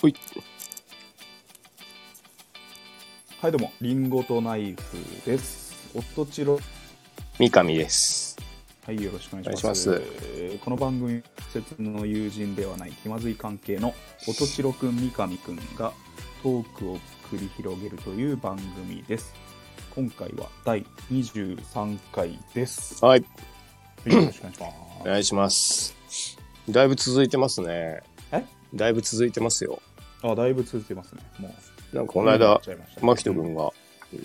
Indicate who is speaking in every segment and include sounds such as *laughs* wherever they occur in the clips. Speaker 1: ほい。
Speaker 2: はい、どうも、リンゴとナイフです。おとちろ、
Speaker 1: 三上です。
Speaker 2: はい、よろしくお願いし
Speaker 1: お願
Speaker 2: ま
Speaker 1: いし
Speaker 2: す。
Speaker 1: ます
Speaker 2: えーこの番組、説の友人ではない気まずい関係のおとちろくん、三上くんがトークを繰り広げるという番組です。今回は第23回です。は
Speaker 1: はい。
Speaker 2: い、よろしくお願いし
Speaker 1: お
Speaker 2: ます。
Speaker 1: 願いします。だいぶ続いてますね。
Speaker 2: え
Speaker 1: だいぶ続いてますよ。
Speaker 2: あ、だいぶ続いてますね。もう。
Speaker 1: なんかこの間、牧
Speaker 2: 人
Speaker 1: 人君が、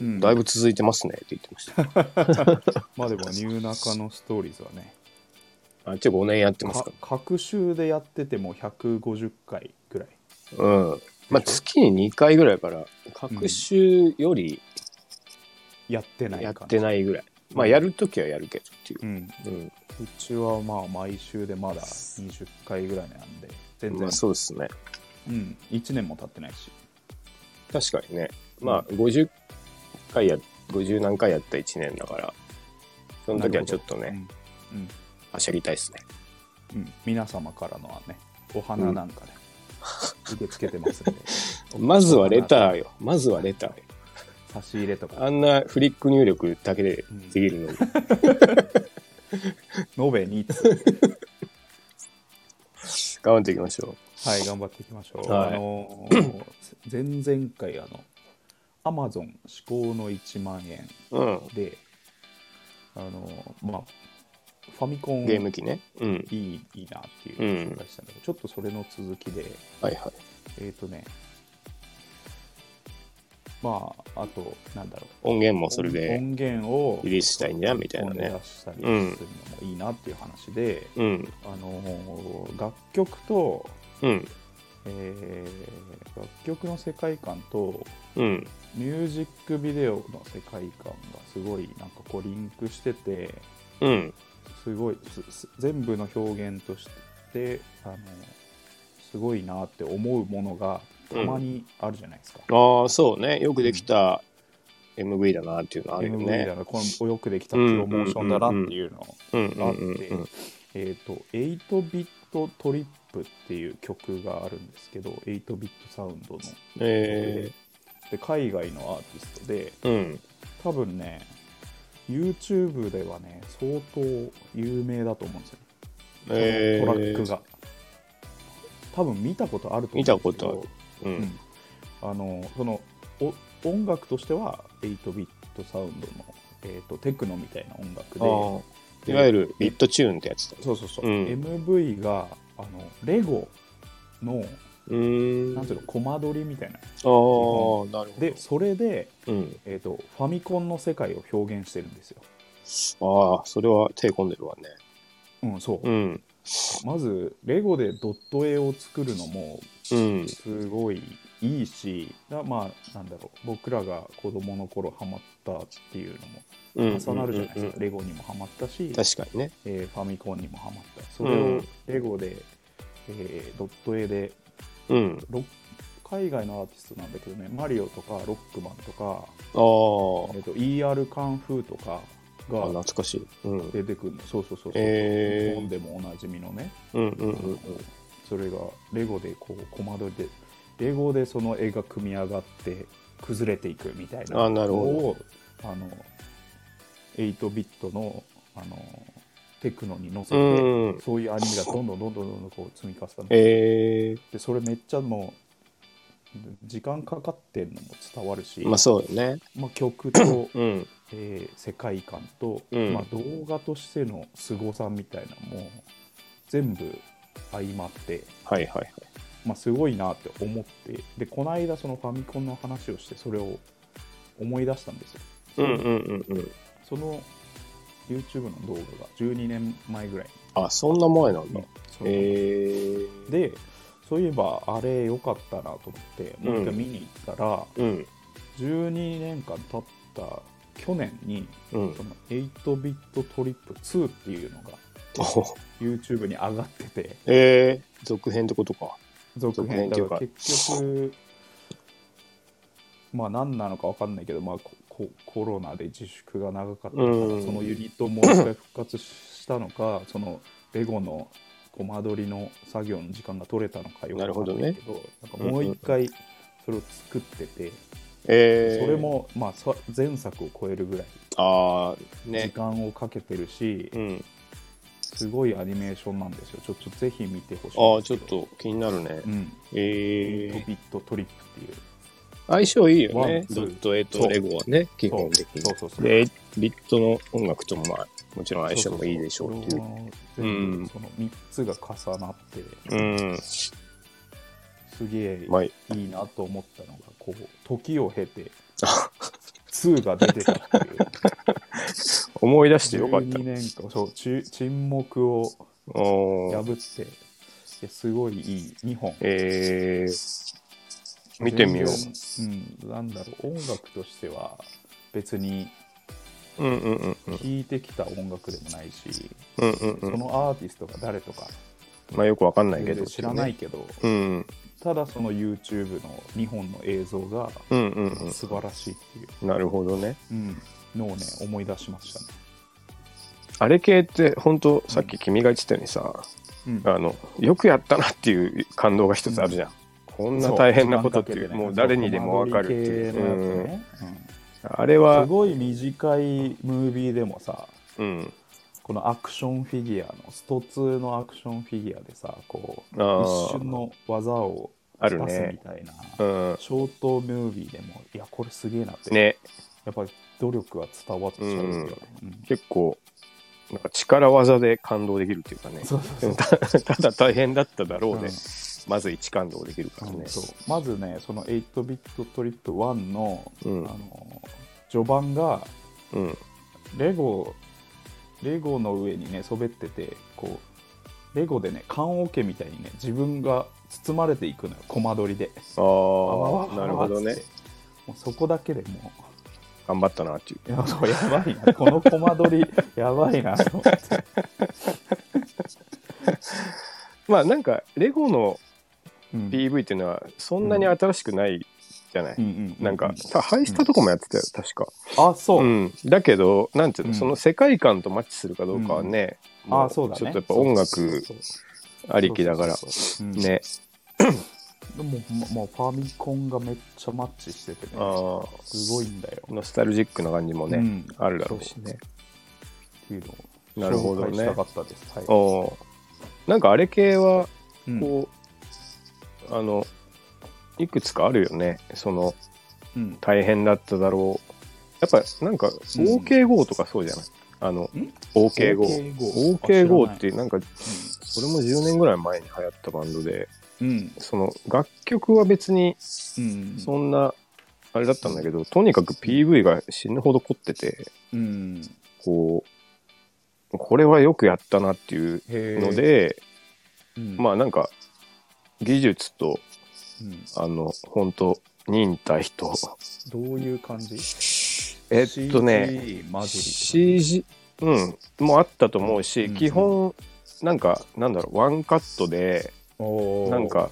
Speaker 2: ん
Speaker 1: だいぶ続いてますねって言ってま *laughs* した。
Speaker 2: まあでも、ニューナカのストーリーズはね、
Speaker 1: あっち5年やってます
Speaker 2: か
Speaker 1: か
Speaker 2: 各週でやってても150回ぐらい。
Speaker 1: ら。うん。まあ月に2回ぐらいから、各週より
Speaker 2: やってない
Speaker 1: や
Speaker 2: 感
Speaker 1: っ
Speaker 2: じ
Speaker 1: てないぐらい。まあやるときはやるけどっていう
Speaker 2: う。ん、
Speaker 1: うん。
Speaker 2: うちはまあ毎週でまだ20回ぐらいなんで全然、
Speaker 1: まあそうですね。
Speaker 2: うん、1年も経ってないし
Speaker 1: 確かにね。まあ50回や、50何回やった1年だから、その時はちょっとね、、
Speaker 2: うん
Speaker 1: はしゃぎたいですね。
Speaker 2: うんうん、皆様からのはねお花なんかね、受け付けてますんで
Speaker 1: *laughs* まずはレターよ。まずはレターよ。
Speaker 2: 差し入れとか
Speaker 1: あんなフリック入力だけでできるのに。
Speaker 2: *laughs* 延べに
Speaker 1: *laughs*
Speaker 2: ついて
Speaker 1: 頑張っていきましょ
Speaker 2: はい頑張っていきましょう、
Speaker 1: はい
Speaker 2: あのー前々回あのアマゾン至高の1万円
Speaker 1: う。う
Speaker 2: であのーまあファミコン
Speaker 1: ん。ゲーム機ね。うん。
Speaker 2: いいいいなっていうのを紹介したんだけど、ちょっとそれの続きで
Speaker 1: はいはい。
Speaker 2: えっ、とねまああとなんだろう
Speaker 1: 音源もそれで
Speaker 2: 音源を
Speaker 1: リリースしたいんだみたいな
Speaker 2: 音
Speaker 1: ね
Speaker 2: 出。したりする
Speaker 1: う
Speaker 2: の
Speaker 1: ん
Speaker 2: もいいなっていう話で、
Speaker 1: うん。
Speaker 2: あのー楽曲と、
Speaker 1: うん。
Speaker 2: えー楽曲の世界観と
Speaker 1: うん。
Speaker 2: ミュージックビデオの世界観がすごいなんかこうリンクしてて
Speaker 1: うん。
Speaker 2: すごいすす全部の表現としてあのすごいなって思うものがたまにあるじゃないですか。
Speaker 1: ああ、そうね。よくできた MV だなっていうのあるよ
Speaker 2: MV だ
Speaker 1: ね。
Speaker 2: なこのよくできたプロモーションだなっていうの
Speaker 1: うんう
Speaker 2: があ
Speaker 1: ん
Speaker 2: って
Speaker 1: うん
Speaker 2: えっ、と8ビットトリップっていう曲があるんですけど8ビットサウンドの曲
Speaker 1: うん。え
Speaker 2: でで海外のアーティストで
Speaker 1: ー、うん。
Speaker 2: 多分ね YouTube ではね相当有名だと思うんですよ
Speaker 1: えー
Speaker 2: トラックが、多分見たことあると思うんですけど
Speaker 1: 見たことう。
Speaker 2: うんんあのそのお音楽としては8ビットサウンドの、えー、とテクノみたいな音楽
Speaker 1: あ
Speaker 2: で
Speaker 1: あ。いわゆるビットチューンってやつだ。
Speaker 2: そうそうそう、
Speaker 1: うん
Speaker 2: MV があのレゴの
Speaker 1: うーん。
Speaker 2: なんていうのコマ撮りみたいな
Speaker 1: ああー、なるほど
Speaker 2: で。それで、
Speaker 1: うん。
Speaker 2: えー、とファミコンの世界を表現してるんですよ、
Speaker 1: ああ、それは手込んでるわね。
Speaker 2: うんそう
Speaker 1: うん。
Speaker 2: まずレゴでドット絵を作るのも
Speaker 1: うん。
Speaker 2: すごいいいしだまあなんだろう僕らが子どもの頃ハマったっていう
Speaker 1: う
Speaker 2: の
Speaker 1: ん
Speaker 2: も重なるじゃないですか、
Speaker 1: うんうんうん
Speaker 2: レゴにもハマったし、
Speaker 1: 確かにね。
Speaker 2: えーファミコンにもハマったそれをレゴで、えードット絵で
Speaker 1: うん。
Speaker 2: ロッ海外のアーティストなんだけどねマリオとかロックマンとか、
Speaker 1: ああ
Speaker 2: え。ー、と ER カンフーとか
Speaker 1: あ
Speaker 2: が
Speaker 1: 懐かしい。うん。うん
Speaker 2: 出てくるのそうそうそうそう、
Speaker 1: へー
Speaker 2: 日本でもおなじみのね
Speaker 1: うんうん
Speaker 2: それがレゴでこうコマ撮りでレゴでその絵が組み上がって崩れていくみたいな
Speaker 1: あなるほど
Speaker 2: のをあの8ビットのあのテクノに乗せて、
Speaker 1: うん。うん。
Speaker 2: そういうアニメがどんどんどんどんどんどんこう積み重ねて、
Speaker 1: え
Speaker 2: でそれめっちゃもう時間かかってんのも伝わるし、
Speaker 1: ー、まあそうよね。
Speaker 2: まあ曲と、
Speaker 1: うん。
Speaker 2: えー世界観と、
Speaker 1: うん
Speaker 2: まあ、動画としての凄さみたいなのも全部相まって。
Speaker 1: はいはいはい。
Speaker 2: まあ、すごいなって思ってでこの間そのファミコンの話をしてそれを思い出したんですよ
Speaker 1: うんうんうんうん。
Speaker 2: その YouTube の動画が12年前ぐらい
Speaker 1: あ、そんな前なんだ
Speaker 2: に。その
Speaker 1: えー、
Speaker 2: でそういえばあれ良かったなと思ってもう一回見に行ったら、
Speaker 1: うん
Speaker 2: 12年間経った去年に
Speaker 1: うん
Speaker 2: そ。の8ビットトリップ2っていうのが
Speaker 1: お
Speaker 2: YouTube に上がってて
Speaker 1: *laughs* えー、続編ってことか。
Speaker 2: 続編
Speaker 1: 続編っ
Speaker 2: だ
Speaker 1: てい
Speaker 2: か
Speaker 1: うから
Speaker 2: 結局まあ何なのか分かんないけど、まあ、ここコロナで自粛が長かったから
Speaker 1: うん
Speaker 2: そのユニットをもう一回復活したのかそのレゴのこう間取りの作業の時間が取れたのかよく
Speaker 1: なるほ
Speaker 2: わか
Speaker 1: ど
Speaker 2: ん
Speaker 1: ね
Speaker 2: ないけどなんかもう一回それを作ってて、
Speaker 1: えー、
Speaker 2: それも、まあ、さ前作を超えるぐらい
Speaker 1: ああ
Speaker 2: 時
Speaker 1: ね
Speaker 2: 間をかけてるし、
Speaker 1: うん
Speaker 2: すごいアニメーションなんですよちょっとぜひ見てほしい
Speaker 1: あ
Speaker 2: ん
Speaker 1: あ
Speaker 2: です
Speaker 1: ちょ
Speaker 2: け
Speaker 1: っ
Speaker 2: ど、
Speaker 1: と気になるね
Speaker 2: うん、
Speaker 1: え
Speaker 2: ビッ
Speaker 1: ー
Speaker 2: トビットトリップっていう
Speaker 1: 相性いいよ
Speaker 2: ワン
Speaker 1: ね
Speaker 2: ツー
Speaker 1: ドット絵
Speaker 2: そ
Speaker 1: と
Speaker 2: う
Speaker 1: レゴはね基
Speaker 2: そ
Speaker 1: 本
Speaker 2: う
Speaker 1: 的に
Speaker 2: そうそうそう
Speaker 1: でビットの音楽ともまあもちろん相性もいいでしょうっていう
Speaker 2: そ全
Speaker 1: う
Speaker 2: 部
Speaker 1: ん
Speaker 2: その3つが重なって、
Speaker 1: うん
Speaker 2: すげえ
Speaker 1: うまい
Speaker 2: いいなと思ったのがこう時を経て2が出てたっていう
Speaker 1: 思い出して *laughs* よかった
Speaker 2: 12年間そうち沈黙を
Speaker 1: おー
Speaker 2: 破っていやすごいいい2本
Speaker 1: えー、見てみよ
Speaker 2: 全然うん、なんだろう音楽としては別に
Speaker 1: ううんうんうんうん
Speaker 2: 聴いてきた音楽でもないし、
Speaker 1: うんうん
Speaker 2: そ
Speaker 1: うん
Speaker 2: のアーティストが誰とか
Speaker 1: まあよくわかんないけ
Speaker 2: 全
Speaker 1: ど
Speaker 2: 然知らない
Speaker 1: ね
Speaker 2: けど、
Speaker 1: うん
Speaker 2: ただその YouTube の2本の映像が
Speaker 1: うんうんう
Speaker 2: 素晴らしいっていう、
Speaker 1: んなるほどね
Speaker 2: うんのをね思い出しましたね。
Speaker 1: あれ系って本当さっき君が言ってたようにさ、
Speaker 2: うん
Speaker 1: あのよくやったなっていう感動が一つあるじゃん、こんな大変なことっていうもう誰にでもわかるっていう、
Speaker 2: そうコマ撮り系のやつね
Speaker 1: うんあれ
Speaker 2: うんす
Speaker 1: は、
Speaker 2: ごい短いムービーでもさ
Speaker 1: うん、
Speaker 2: このアクションフィギュアのスト2のアクションフィギュアでさこう
Speaker 1: あー
Speaker 2: 一瞬の技を
Speaker 1: あ
Speaker 2: 出
Speaker 1: る
Speaker 2: すみ
Speaker 1: ね
Speaker 2: たいな、
Speaker 1: うん
Speaker 2: ショートムービーでもいやこれすげえなって、
Speaker 1: ね
Speaker 2: やっぱり努力は伝わっちゃうよね、うん
Speaker 1: 結構なんか力技で感動できるっていうかね
Speaker 2: そうそうそう
Speaker 1: た *laughs* ただ大変だっただろうで、
Speaker 2: うん
Speaker 1: まず一感動できるからね、
Speaker 2: そうまずねその8ビットトリップ1の,、
Speaker 1: うん
Speaker 2: あの序盤が
Speaker 1: うん
Speaker 2: レゴレゴの上にねそべっててこうレゴでね棺桶みたいにね自分が包まれていくのよコマ撮りで
Speaker 1: あ
Speaker 2: わわわわ
Speaker 1: あ
Speaker 2: わ
Speaker 1: なるほど
Speaker 2: っ
Speaker 1: ね
Speaker 2: つってもうそこだけでも
Speaker 1: 頑張ったなっていう
Speaker 2: ういやそうやばいなこのコマ撮りやばいなと思って
Speaker 1: まあなんかレゴの
Speaker 2: うん、
Speaker 1: PV っていうのはそんなに新しくないじゃない、
Speaker 2: うんうんう
Speaker 1: なんかたハイスタとかもやってたよ、確か、
Speaker 2: あそう、
Speaker 1: うん、だけどなんていうの、
Speaker 2: うん
Speaker 1: その世界観とマッチするかどうかはね、も
Speaker 2: あそうだね
Speaker 1: ちょっとやっぱ音
Speaker 2: そうそう
Speaker 1: 楽
Speaker 2: そう
Speaker 1: ありきだから
Speaker 2: そうそうそううん
Speaker 1: ね
Speaker 2: でもまもうファミコンがめっちゃマッチしててね
Speaker 1: ああ
Speaker 2: すごいんだよ
Speaker 1: ノスタルジックな感じもね、
Speaker 2: うん
Speaker 1: あるだろうしね
Speaker 2: っていうの
Speaker 1: なるほ
Speaker 2: を
Speaker 1: ど
Speaker 2: 紹
Speaker 1: ね
Speaker 2: 介したかったです、はい
Speaker 1: おおーなんかあれ系は
Speaker 2: うん
Speaker 1: こう、あのいくつかあるよねその
Speaker 2: うん
Speaker 1: 大変だっただろうやっぱなんか OKGO とかそうじゃない、あの
Speaker 2: ん
Speaker 1: OKGO
Speaker 2: OKGO
Speaker 1: っていうなんかそれも10年ぐらい前に流行ったバンドで
Speaker 2: うん
Speaker 1: その楽曲は別に
Speaker 2: うん
Speaker 1: そんなあれだったんだけど、とにかく PV が死ぬほど凝ってて
Speaker 2: うん
Speaker 1: こうこれはよくやったなっていうので、ま
Speaker 2: あ
Speaker 1: あなんか技術とあの本当忍耐と
Speaker 2: どういう感じ
Speaker 1: えっとね
Speaker 2: CG 混じり
Speaker 1: CG うんもあったと思うし、
Speaker 2: うん
Speaker 1: 基本なんかなんだろうワンカットで
Speaker 2: おー
Speaker 1: なんか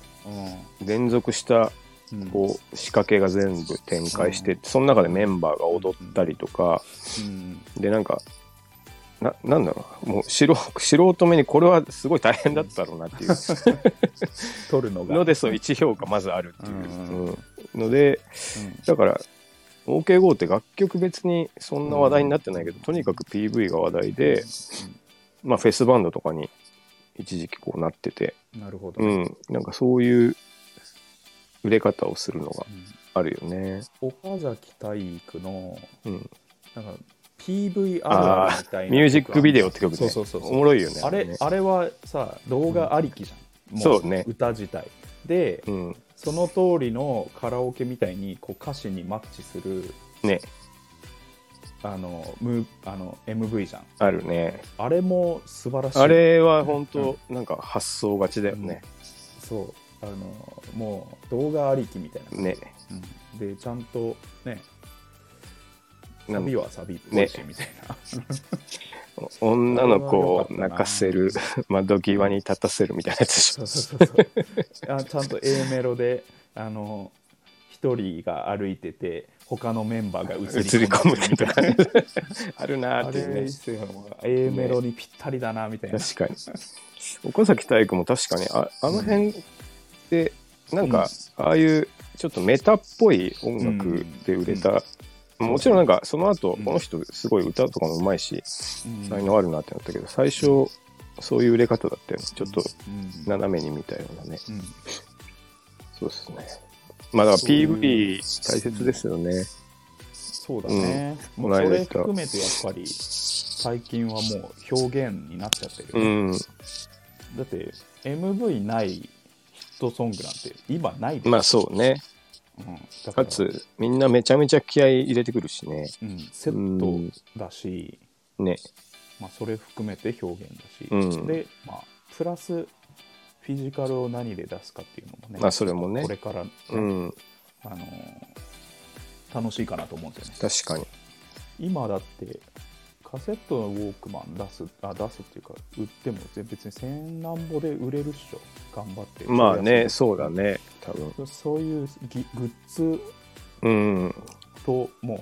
Speaker 2: う
Speaker 1: 連続した
Speaker 2: んうん
Speaker 1: こう仕掛けが全部展開してってその中でメンバーが踊ったりとか
Speaker 2: うん
Speaker 1: でなんかななんだろうもう素人素人目にこれはすごい大変だったろうなっていう
Speaker 2: 撮るのが
Speaker 1: の
Speaker 2: *laughs*
Speaker 1: でそう1評価まずあるっていう
Speaker 2: うん、
Speaker 1: うんので
Speaker 2: うん
Speaker 1: だから OKGO って楽曲別にそんな話題になってないけど、とにかく PV が話題で、まあ、フェスバンドとかに一時期こうなってて、
Speaker 2: うんなるほど
Speaker 1: う
Speaker 2: ね
Speaker 1: ん、なんかそういう売れ方をするのが
Speaker 2: うん
Speaker 1: あるよね。
Speaker 2: 岡崎体育の
Speaker 1: うん、
Speaker 2: なんか PV
Speaker 1: あ
Speaker 2: あるあるみたいな
Speaker 1: ミュージックビデオって曲ね
Speaker 2: そうそうそうそう
Speaker 1: おもろいよね。
Speaker 2: あれ
Speaker 1: ね
Speaker 2: あれはさ動画ありきじゃん、も
Speaker 1: そうね
Speaker 2: 歌自体で、
Speaker 1: うん、
Speaker 2: その通りのカラオケみたいにこう歌詞にマッチする
Speaker 1: ね
Speaker 2: あのムあの MV じゃん
Speaker 1: あるね。
Speaker 2: あれも素晴らしい
Speaker 1: あれは本当なんか発想勝ちだよね。
Speaker 2: そうあのもう動画ありきみたいな、
Speaker 1: ね。
Speaker 2: うんでちゃんとね
Speaker 1: な
Speaker 2: サ
Speaker 1: ん
Speaker 2: ビはサビっぽいしみたいな、
Speaker 1: 女の子を
Speaker 2: これは良かったな
Speaker 1: 泣かせる、 *laughs* 窓際に立たせるみたいなやつでし
Speaker 2: そ *laughs*
Speaker 1: ょ
Speaker 2: う。そうそうそうあちゃんと A メロであの一人が歩いてて他のメンバーが映り
Speaker 1: 映り込むとかねあるなー
Speaker 2: あ
Speaker 1: って
Speaker 2: れ
Speaker 1: いうね
Speaker 2: ですよ A メロにぴったりだなみたいな、
Speaker 1: 確かに岡崎体育も確かにああの辺でなんかああいうちょっとメタっぽい音楽で売れた、
Speaker 2: うん
Speaker 1: もちろんなんかその後、
Speaker 2: うん
Speaker 1: この人すごい歌とかもうまいし
Speaker 2: うん
Speaker 1: 才能あるなってなったけど最初そういう売れ方だったよねちょっと
Speaker 2: うん
Speaker 1: 斜めに見たようなね
Speaker 2: うん
Speaker 1: そうですねまあだから
Speaker 2: そういう
Speaker 1: PV 大切ですよね、
Speaker 2: そうだね、
Speaker 1: うん
Speaker 2: もうそ
Speaker 1: この間
Speaker 2: れ
Speaker 1: 言った
Speaker 2: 含めてやっぱり最近はもう表現になっちゃってる、
Speaker 1: うん、
Speaker 2: だって MV ないヒットソングなんて今ないで
Speaker 1: まあそうね
Speaker 2: うん、だか、
Speaker 1: からつみんなめちゃめちゃ気合い入れてくるしね
Speaker 2: うん、セットだし、
Speaker 1: ね
Speaker 2: まあ、それ含めて表現だし、
Speaker 1: うん
Speaker 2: で、まあ、プラスフィジカルを何で出すかっていうのもね、
Speaker 1: まあそれもね
Speaker 2: これから、
Speaker 1: うん
Speaker 2: あのー楽しいかなと思うんだよね。
Speaker 1: 確かに
Speaker 2: 今だってカセットのウォークマン出すあ出すっていうか売っても別に千何ぼで売れるっしょ頑張って
Speaker 1: まあねそうだね多分
Speaker 2: そそういうギグッズ
Speaker 1: うん
Speaker 2: ともう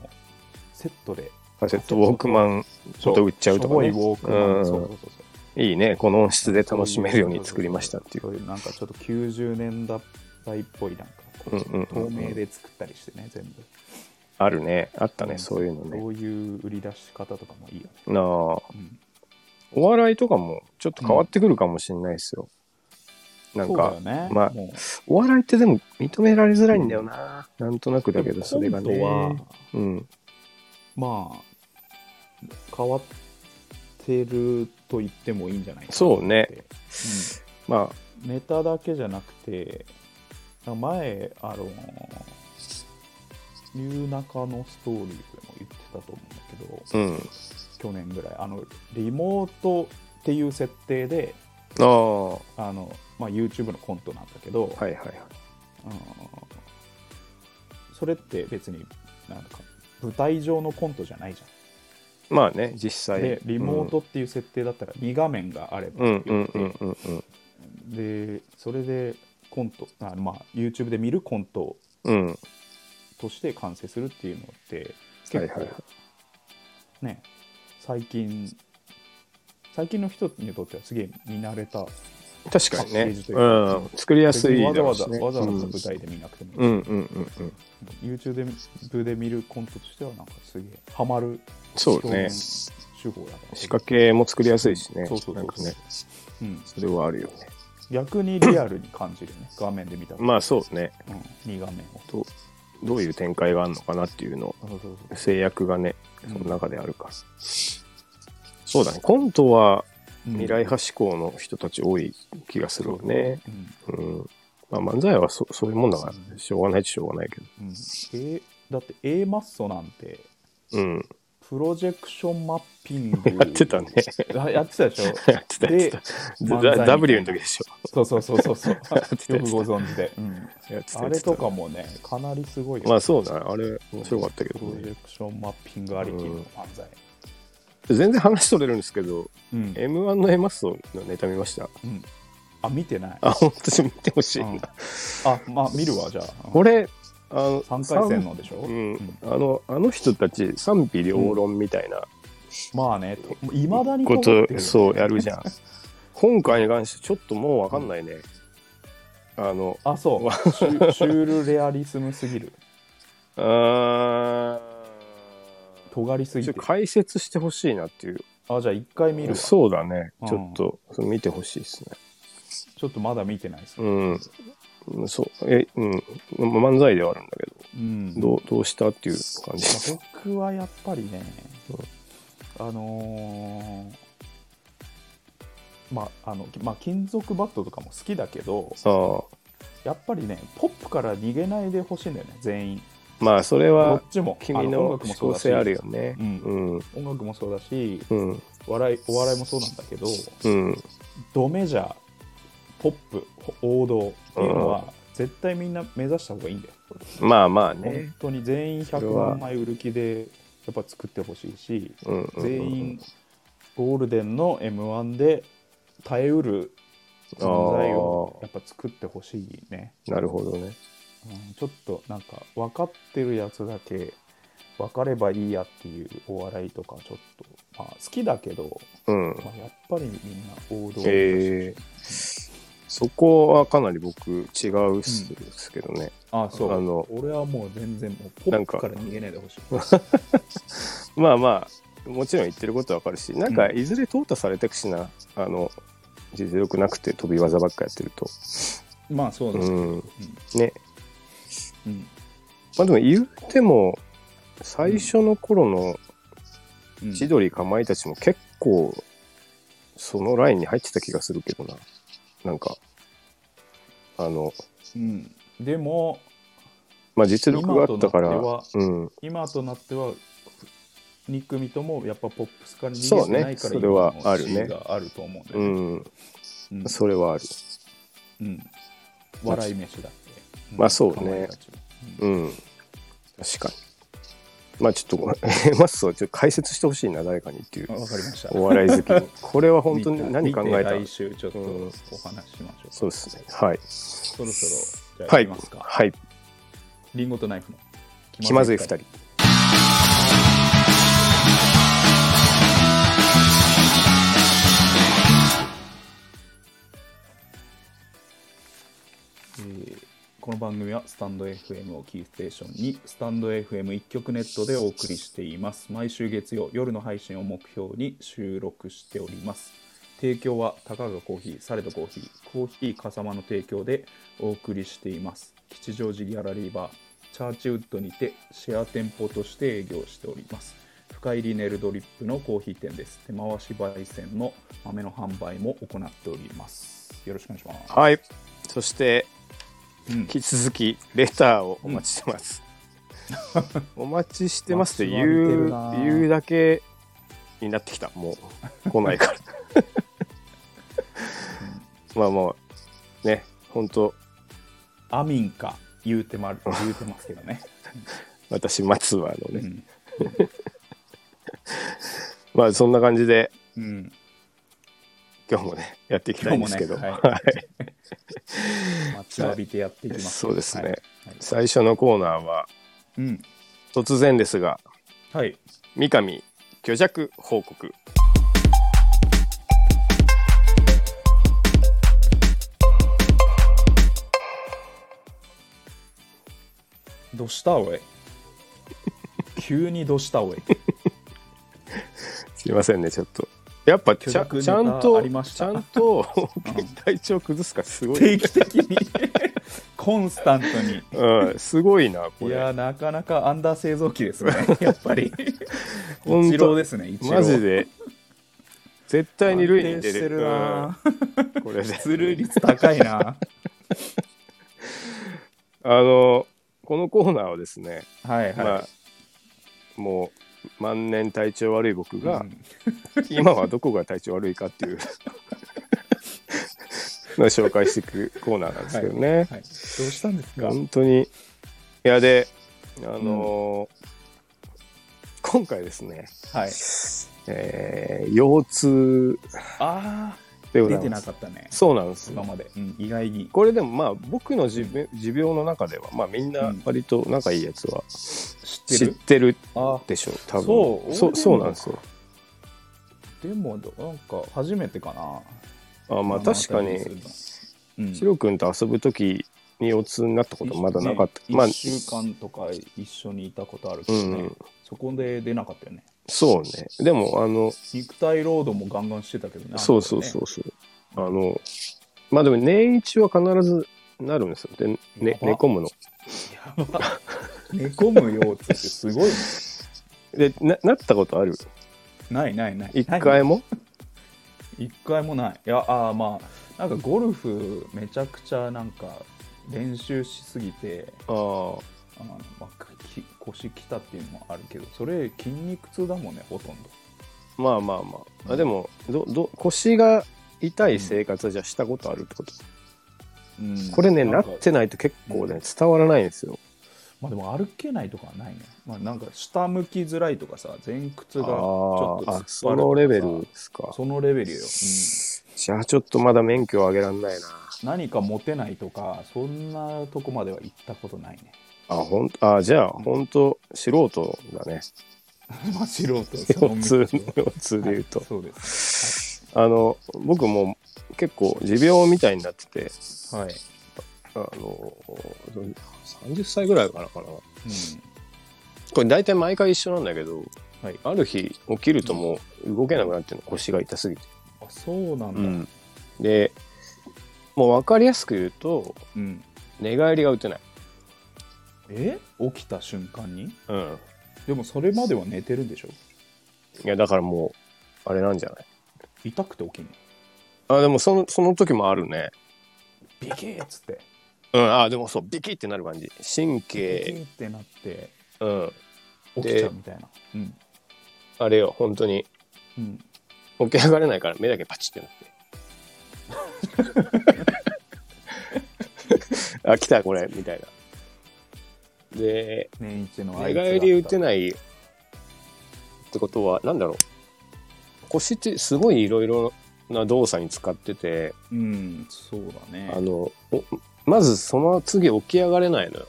Speaker 2: セットで
Speaker 1: カセットウォークマンちょっと売っちゃうとかね
Speaker 2: しょぼいウォークマ
Speaker 1: う
Speaker 2: ン
Speaker 1: ん
Speaker 2: そうそうそうそう
Speaker 1: いいねこの音質で楽しめるように作りましたっていう
Speaker 2: そういうなんかちょっと90年代っぽいなんかこう
Speaker 1: うんうんうんう
Speaker 2: 透
Speaker 1: ん
Speaker 2: 明で作ったりしてね全部
Speaker 1: あるねあった
Speaker 2: う
Speaker 1: ね
Speaker 2: ん
Speaker 1: そういうのね
Speaker 2: そういう売り出し方とかもいいよね、
Speaker 1: なあ
Speaker 2: うん、
Speaker 1: お笑いとかもちょっと変わってくるかもしれないですよ、なん
Speaker 2: そう
Speaker 1: か
Speaker 2: だよね
Speaker 1: まあ
Speaker 2: もう
Speaker 1: お笑いってでも認められづらいんだよな、なんとなくだけどそれが
Speaker 2: でも
Speaker 1: ね
Speaker 2: 今度は
Speaker 1: うん
Speaker 2: まあ変わってると言ってもいいんじゃないかなと
Speaker 1: そ
Speaker 2: 思っ
Speaker 1: う
Speaker 2: て
Speaker 1: ね、まあ
Speaker 2: うんネタだけじゃなくてなんか前あのニューナカのストーリーズでも言ってたと思うんだけど
Speaker 1: うん
Speaker 2: 去年ぐらいあのリモートっていう設定で
Speaker 1: ああは
Speaker 2: あの、まあ、YouTube のコントなんだけど、
Speaker 1: いはいはい
Speaker 2: うんそれって別になんか舞台上のコントじゃないじゃん
Speaker 1: まあね実際
Speaker 2: でリモートっていう設定だったら2画面があれば
Speaker 1: う
Speaker 2: よ
Speaker 1: ん
Speaker 2: くて、
Speaker 1: うんうんうんうん
Speaker 2: でそれでコントあ、まあ、YouTube で見るコント
Speaker 1: うんうん
Speaker 2: として完成するっていうのって
Speaker 1: はいは
Speaker 2: 結
Speaker 1: い
Speaker 2: 構
Speaker 1: は
Speaker 2: ね
Speaker 1: い、
Speaker 2: 最近最近の人にとってはすげえ見慣れた
Speaker 1: 確かに
Speaker 2: パッケー
Speaker 1: ね
Speaker 2: ジという
Speaker 1: う
Speaker 2: か
Speaker 1: ん作りやすい
Speaker 2: わ
Speaker 1: だ
Speaker 2: ざ
Speaker 1: ろ
Speaker 2: わ
Speaker 1: う
Speaker 2: ざ
Speaker 1: しね
Speaker 2: わざわざ舞台で見なくてもいい、
Speaker 1: うんうんうんうん
Speaker 2: YouTube で見るコントとしてはなんかすげえハマる
Speaker 1: そうね
Speaker 2: 表現手法だから
Speaker 1: 仕掛けも作りやすいしね
Speaker 2: そうそうそう
Speaker 1: なんかね
Speaker 2: うん、
Speaker 1: それはあるよね
Speaker 2: 逆にリアルに感じるよね画面で見たら、
Speaker 1: まあそうね
Speaker 2: うん、2画面を
Speaker 1: どうどういう展開があるのかなっていうの
Speaker 2: そうそうそう
Speaker 1: 制約がね
Speaker 2: うん
Speaker 1: その中であるから、そうだねコントは
Speaker 2: うん
Speaker 1: 未来派志向の人たち多い気がするよね、
Speaker 2: うん
Speaker 1: うんまあ、漫才はそそういうもんだから
Speaker 2: う
Speaker 1: しょうがないっちゃしょうがないけど
Speaker 2: うん A、だって A マッソなんて
Speaker 1: うん
Speaker 2: プロジェクションマッピング
Speaker 1: やってたね
Speaker 2: あやってたでしょ
Speaker 1: やってたやってた
Speaker 2: 漫才みたいな
Speaker 1: W の時でし
Speaker 2: そうそうそ
Speaker 1: *laughs*
Speaker 2: うそうそうよ
Speaker 1: た
Speaker 2: くご存知で、うん
Speaker 1: ょやってた
Speaker 2: あ
Speaker 1: やって
Speaker 2: れ
Speaker 1: た
Speaker 2: とかもねかなりすごいよ
Speaker 1: まあそうだねあれ面白かったけ
Speaker 2: プ
Speaker 1: ど、
Speaker 2: ロジ
Speaker 1: ね
Speaker 2: ェ、クションマッピングありきの漫才、
Speaker 1: 全然話取れるんですけど
Speaker 2: うん
Speaker 1: m 1の M マストのネタ見ました
Speaker 2: うんあ見てない
Speaker 1: あ本当に見てほしいな、
Speaker 2: うんあまあ見るわじゃあ、
Speaker 1: これあの
Speaker 2: 3回戦のでしょ、
Speaker 1: う
Speaker 2: うんん、
Speaker 1: あのあの人たち賛否両論みたいな
Speaker 2: まあねいまだに
Speaker 1: こ
Speaker 2: 尖ってるよね
Speaker 1: とそうやるじゃん今回に関してちょっともう分かんないね、あの
Speaker 2: あそうシュシュールレアリスムすぎる
Speaker 1: うーん
Speaker 2: 尖りすぎ
Speaker 1: ちょってと解説してほしいなっていう
Speaker 2: あじゃあ一回見るわち
Speaker 1: そうだね
Speaker 2: うん
Speaker 1: ちょっとそれ見てほしいですね
Speaker 2: ょっとまだ見てないです、
Speaker 1: うんうんそうえうん漫才ではあるんだけ
Speaker 2: うん
Speaker 1: どどうどうしたっていう感じ
Speaker 2: まあ僕はやっぱりね、あのーまああのまあ、金属バットとかも好きだけど
Speaker 1: ああ
Speaker 2: やっぱりねポップから逃げないでほしいんだよね全員
Speaker 1: まあそれ
Speaker 2: どっ
Speaker 1: は
Speaker 2: ちもあ
Speaker 1: 君
Speaker 2: 音
Speaker 1: の
Speaker 2: 楽
Speaker 1: 思
Speaker 2: もそう
Speaker 1: 考
Speaker 2: だし
Speaker 1: 性あるよね
Speaker 2: うん
Speaker 1: うん
Speaker 2: 音楽もそうだし
Speaker 1: うん
Speaker 2: 笑いお笑いもそうなんだけど
Speaker 1: うん
Speaker 2: ドメジャーポップ王道っていうのは、絶対みんな目指した方がいいんだよ
Speaker 1: まあまあね
Speaker 2: 本当に全員100万枚売る気でやっぱ作ってほしいし
Speaker 1: うんうんうん
Speaker 2: 全員ゴールデンの m 1で耐えうる存在をやっぱ作ってほしいね、
Speaker 1: なるほどね
Speaker 2: うんちょっとなんか分かってるやつだけ分かればいいやっていうお笑いとかちょっと、まあ、好きだけど、
Speaker 1: うん。
Speaker 2: まあ、やっぱりみんな王道
Speaker 1: えーそこはかなり僕違うっすですけどね、
Speaker 2: あそう
Speaker 1: あの
Speaker 2: 俺はもう全然もうポ
Speaker 1: なん
Speaker 2: ップ
Speaker 1: か
Speaker 2: から逃げないでほしい
Speaker 1: まあまあもちろん言ってることはわかるしなんかいずれ淘汰されてくしな、あの実力なくて飛び技ばっかやってると
Speaker 2: まあそうだ
Speaker 1: う
Speaker 2: ね
Speaker 1: んね
Speaker 2: うん
Speaker 1: まあでも言うても最初の頃の
Speaker 2: うん
Speaker 1: 千鳥かまいたちも結構そのラインに入ってた気がするけどななんかあの
Speaker 2: うんでも
Speaker 1: まあ実力があったから
Speaker 2: 今となって
Speaker 1: うん
Speaker 2: 今となっては2組ともやっぱポップスから逃
Speaker 1: そ
Speaker 2: げ
Speaker 1: う
Speaker 2: て
Speaker 1: ね
Speaker 2: ないから
Speaker 1: それは
Speaker 2: 今の
Speaker 1: あるね
Speaker 2: C があると思うんだよね
Speaker 1: うん
Speaker 2: うん
Speaker 1: それはある
Speaker 2: うん笑い飯だってん
Speaker 1: まあそうね
Speaker 2: かまいたちもうん
Speaker 1: うん。確かに。まあちょっとごめん、マッソ、ちょっと解説してほしいな、誰かにっていう
Speaker 2: あ。わかりました
Speaker 1: お笑い好きに。これは本当
Speaker 2: 見た
Speaker 1: に何考えた
Speaker 2: 見て来週ちょっと
Speaker 1: うん
Speaker 2: お話ししましょう
Speaker 1: そうですね。はい。
Speaker 2: そろそろじゃ
Speaker 1: は
Speaker 2: あい
Speaker 1: い
Speaker 2: きます。か
Speaker 1: はい。
Speaker 2: リンゴとナイフの
Speaker 1: 気まずい二人。
Speaker 2: えーこの番組はスタンド FM をキーステーションにスタンド FM 一曲ネットでお送りしています毎週月曜夜の配信を目標に収録しております提供はたかがコーヒーサレドコーヒーコーヒーかさまの提供でお送りしています吉祥寺ギャラリーバーチャーチウッドにてシェア店舗として営業しております深入りネルドリップのコーヒー店です手回し焙煎の豆の販売も行っておりますよろしくお願いします、
Speaker 1: はい。そして、
Speaker 2: うん
Speaker 1: 引き続き、レターをお待ちしてます。お待ちしてますって言
Speaker 2: 待ちわびて
Speaker 1: う
Speaker 2: るな、
Speaker 1: 言うだけになってきた。もう、来ないから。まあまあ、ね、本当
Speaker 2: アミンか言う
Speaker 1: *laughs*
Speaker 2: てまる言うてますけどね。
Speaker 1: 私、松はあの
Speaker 2: う
Speaker 1: ね、
Speaker 2: ん、
Speaker 1: まあそんな感じで、
Speaker 2: うん、
Speaker 1: 今日もねやっていきたいんですけど、
Speaker 2: 今日もね
Speaker 1: はい
Speaker 2: 待ちわびてやっていきます。
Speaker 1: そうですね
Speaker 2: はいはい
Speaker 1: 最初のコーナーは
Speaker 2: うん、
Speaker 1: 突然ですが
Speaker 2: はい、
Speaker 1: 三上虚弱報告
Speaker 2: どうした
Speaker 1: *laughs*
Speaker 2: おい。急にどうしたおい。
Speaker 1: すいませんねちょっとやっぱち
Speaker 2: 虚
Speaker 1: ゃ
Speaker 2: 弱ネタ
Speaker 1: ちゃんと
Speaker 2: ありまし
Speaker 1: ち
Speaker 2: た
Speaker 1: ゃん
Speaker 2: *laughs*
Speaker 1: と
Speaker 2: ん
Speaker 1: *laughs* 体調崩すからすごい、
Speaker 2: 定期的
Speaker 1: *laughs*
Speaker 2: にコンスタントに。
Speaker 1: うん、すごいなこ
Speaker 2: いや
Speaker 1: れ
Speaker 2: ーなかなかアンダー製造機
Speaker 1: *laughs*
Speaker 2: ですね。やっぱり。
Speaker 1: ほんと
Speaker 2: 一郎ですね。一郎。
Speaker 1: マジで絶対に
Speaker 2: 安
Speaker 1: 類に
Speaker 2: 定
Speaker 1: 出
Speaker 2: して
Speaker 1: る
Speaker 2: るな。 *laughs*
Speaker 1: うんこれで
Speaker 2: 出塁率高いな。
Speaker 1: あのこのコーナーはですね、
Speaker 2: はいはい。
Speaker 1: まあもう万年体調悪い僕が、
Speaker 2: うん
Speaker 1: 今はどこが体調悪いかっていうのを紹介していくコーナーなんですけどね、
Speaker 2: はい、どうしたんですか。
Speaker 1: 本当にいやであのー今回ですね、
Speaker 2: はい。
Speaker 1: えー腰痛
Speaker 2: あ
Speaker 1: で
Speaker 2: あ
Speaker 1: ござ
Speaker 2: 出
Speaker 1: い
Speaker 2: て
Speaker 1: ま
Speaker 2: な
Speaker 1: す
Speaker 2: かったね。
Speaker 1: そうなんです
Speaker 2: 今まで、うん、意外に。
Speaker 1: これでもまあ僕の持病持病の中ではまあみんな割と仲いいやつは
Speaker 2: 知っ
Speaker 1: 知
Speaker 2: て
Speaker 1: っ
Speaker 2: る
Speaker 1: てる
Speaker 2: あ
Speaker 1: でしょう多分
Speaker 2: そう
Speaker 1: そうそうなんですよ
Speaker 2: でもなんか初めてかな
Speaker 1: あまあ確かに
Speaker 2: うん
Speaker 1: シロ君と遊ぶ時に腰痛になったことまだなかった、
Speaker 2: ね
Speaker 1: まあ
Speaker 2: 1週間とか一緒にいたことあるけ
Speaker 1: う
Speaker 2: どね、
Speaker 1: ん、
Speaker 2: そこで出なかったよね
Speaker 1: そうね。でも、あの、
Speaker 2: 肉体労働もガンガンしてたけどね
Speaker 1: そうそうそうそう。あの、まあでも、年一は必ずなるんですよ。で、ね、
Speaker 2: やば
Speaker 1: 寝込むの。
Speaker 2: あの時ねやば *laughs* 寝込む腰痛ってすごいね
Speaker 1: で、ななったことある
Speaker 2: ないないない
Speaker 1: 一回
Speaker 2: も
Speaker 1: も
Speaker 2: 一回もないいやあーまあなんかゴルフめちゃくちゃなんか練習しすぎて
Speaker 1: ああ。
Speaker 2: あの、まあ、き腰きたっていうのもあるけどそれ筋肉痛だもんねほとんど
Speaker 1: まあまあまあ。あでもどど、腰が痛い生活はじゃあしたことあるってこと。
Speaker 2: うん
Speaker 1: これね、
Speaker 2: な
Speaker 1: なん
Speaker 2: か
Speaker 1: ってないと結構
Speaker 2: うん
Speaker 1: ね、伝わらないんですよ。
Speaker 2: まあでも歩けないとかはないねまあなんか下向きづらいとかさ前屈
Speaker 1: あ
Speaker 2: がちょっ
Speaker 1: ー
Speaker 2: と突っ張るとか
Speaker 1: あ、
Speaker 2: さ
Speaker 1: そのレベルですか。
Speaker 2: そのレベルよ、
Speaker 1: じゃあちょっとまだ免許をあげらんないな。
Speaker 2: 何かモテないとかそんなとこまでは行ったことないね *laughs*
Speaker 1: あ、ほんあ、じゃあ、ほんと、素人だね。
Speaker 2: まあ素人
Speaker 1: *laughs* 普通
Speaker 2: その道
Speaker 1: 普通で言うと
Speaker 2: はい。そうです
Speaker 1: あの、僕も結構持病みたいになってて、
Speaker 2: はい、はい
Speaker 1: あの、30歳ぐらいからかな。
Speaker 2: う
Speaker 1: これ大体毎回一緒なんだけど、
Speaker 2: んはい、
Speaker 1: ある日起きるともう動けなくなってるの、腰が痛すぎて。
Speaker 2: あそうなんだ、
Speaker 1: で、もう分かりやすく言うと、
Speaker 2: うん
Speaker 1: 寝返りが打てない。
Speaker 2: え起きた瞬間に
Speaker 1: うん。
Speaker 2: でもそれまでは寝てるんでしょ
Speaker 1: いや、だからもう、あれなんじゃない
Speaker 2: 痛くて起きんの
Speaker 1: あ、でもその、その時もあるね。
Speaker 2: ビキーっつって
Speaker 1: うん、あ、でもそう、ビキってなる感じ。神
Speaker 2: ビキ
Speaker 1: 経、
Speaker 2: ーってなって
Speaker 1: うん。
Speaker 2: 起きちゃうみたいなうん
Speaker 1: あれよ、本当に。
Speaker 2: うん
Speaker 1: 起き上がれないから目だけパチってな
Speaker 2: *laughs*
Speaker 1: って。あ、来た、これ、みたいな。で、
Speaker 2: 年一の
Speaker 1: 寝返り打て
Speaker 2: い
Speaker 1: ないってことは、なんだろう。腰ってすごいいろいろな動作に使ってて、
Speaker 2: うんそうだね
Speaker 1: あの、おまずその次起き上がれないのよ。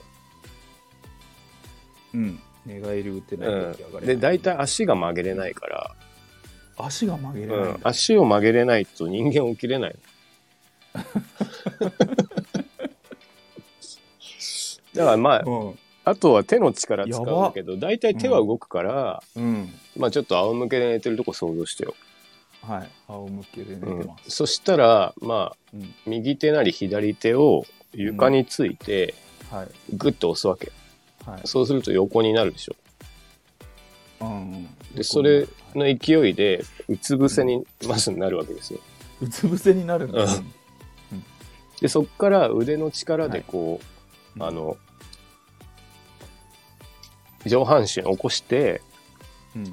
Speaker 2: うん寝返り打てない時上がれない、
Speaker 1: で、大体足が曲げれないから、
Speaker 2: 足が曲げれない
Speaker 1: うん
Speaker 2: だ、
Speaker 1: ん、足を曲げれないと人間起き
Speaker 2: *laughs*
Speaker 1: れないの。だからまあ、
Speaker 2: うん
Speaker 1: あとは手の力使うんだけど、大体手は動くから、
Speaker 2: うん
Speaker 1: まあちょっと仰向けで寝てるとこ想像してよ。
Speaker 2: はい仰向けで
Speaker 1: う
Speaker 2: 寝て
Speaker 1: ん
Speaker 2: ます、
Speaker 1: そしたら、まあ、
Speaker 2: うん
Speaker 1: 右手なり左手を床について、
Speaker 2: はい
Speaker 1: グッと押すわけ。
Speaker 2: はい
Speaker 1: そうすると横になるでしょ。
Speaker 2: うんうん
Speaker 1: で、それ
Speaker 2: はい
Speaker 1: の勢いで、うつ伏せにまずなるわけですよ。
Speaker 2: うつ伏せになるんだ、
Speaker 1: うんで、そっから腕の力でこう、
Speaker 2: はい
Speaker 1: あの、上半身を起こして、
Speaker 2: うん、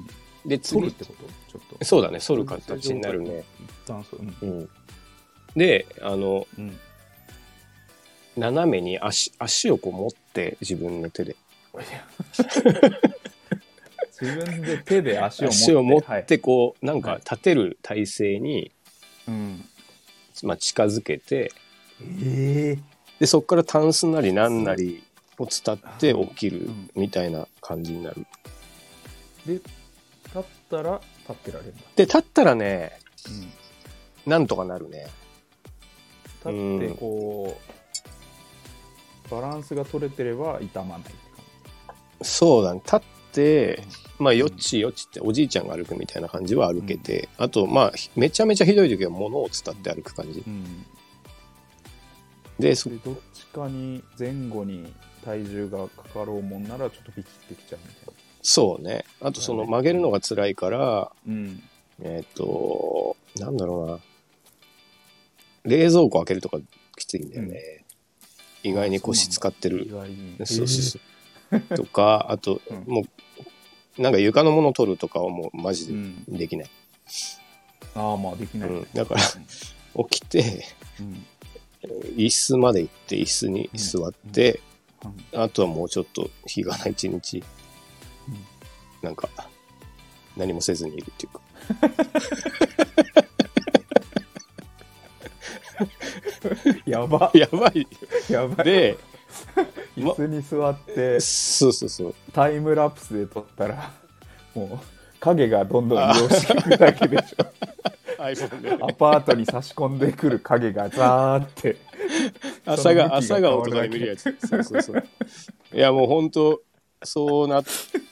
Speaker 1: で、
Speaker 2: 取るっ
Speaker 1: 次、
Speaker 2: てことちょっと
Speaker 1: そうだね、反る形になるね。
Speaker 2: 一旦そううん
Speaker 1: うん。で、あの、
Speaker 2: うん
Speaker 1: 斜めに足、足をこう持って、自分の手で。
Speaker 2: 自分で手で足を持って
Speaker 1: 足を持
Speaker 2: は
Speaker 1: っ
Speaker 2: い
Speaker 1: て、こう、なん
Speaker 2: は
Speaker 1: か
Speaker 2: い
Speaker 1: 立てる体勢に、
Speaker 2: うん、
Speaker 1: まあ、近づけて、
Speaker 2: え
Speaker 1: で、そっからタンスなりなんなりを伝って起きる
Speaker 2: うん
Speaker 1: みたいな感じになる。
Speaker 2: えで立ったら立ってられるんだ、
Speaker 1: で、立ったらね、
Speaker 2: うん
Speaker 1: なんとかなるね。
Speaker 2: 立ってこうバランスが取れてれば痛まないって感
Speaker 1: そうだね立ってまあよっちよっちっておじいちゃんが歩くみたいな感じは歩けて、あとまあひめちゃめちゃひどい時は物を伝って歩く感じ
Speaker 2: じ、うん、
Speaker 1: でそ
Speaker 2: でどっちかに前後に体重がかかろうもんならちょっとビキってきちゃうみたい
Speaker 1: そうねあとその曲げるのが辛いから
Speaker 2: なうん
Speaker 1: えっ、となんだろうな冷蔵庫開けるとかきついんだよね、意外に腰使って
Speaker 2: 意
Speaker 1: る
Speaker 2: 外に
Speaker 1: そうそうそうとかあと、
Speaker 2: *laughs* うん
Speaker 1: もうなんか床のもの取るとかはもうマ
Speaker 2: う
Speaker 1: ジで
Speaker 2: ん、
Speaker 1: できない、
Speaker 2: ああまあできない、
Speaker 1: うんだから起きて
Speaker 2: うん、うん *laughs*
Speaker 1: 椅子まで行って椅子に座って、
Speaker 2: うん
Speaker 1: あとはもうちょっと日がない一日
Speaker 2: うん
Speaker 1: なんか何もせずにいるっていうか *laughs*
Speaker 2: やば
Speaker 1: やばい
Speaker 2: やばい
Speaker 1: で、ま
Speaker 2: 椅子に座って
Speaker 1: そうそうそう
Speaker 2: タイムラプスで撮ったらもう影がどんどん移動していくだけでしょ
Speaker 1: iPhone で
Speaker 2: アパートに差し込んでくる影がザーって
Speaker 1: 朝
Speaker 2: そ
Speaker 1: が
Speaker 2: の向きが
Speaker 1: 朝顔とかで見るやつそうそうそういやもう本当そうなっ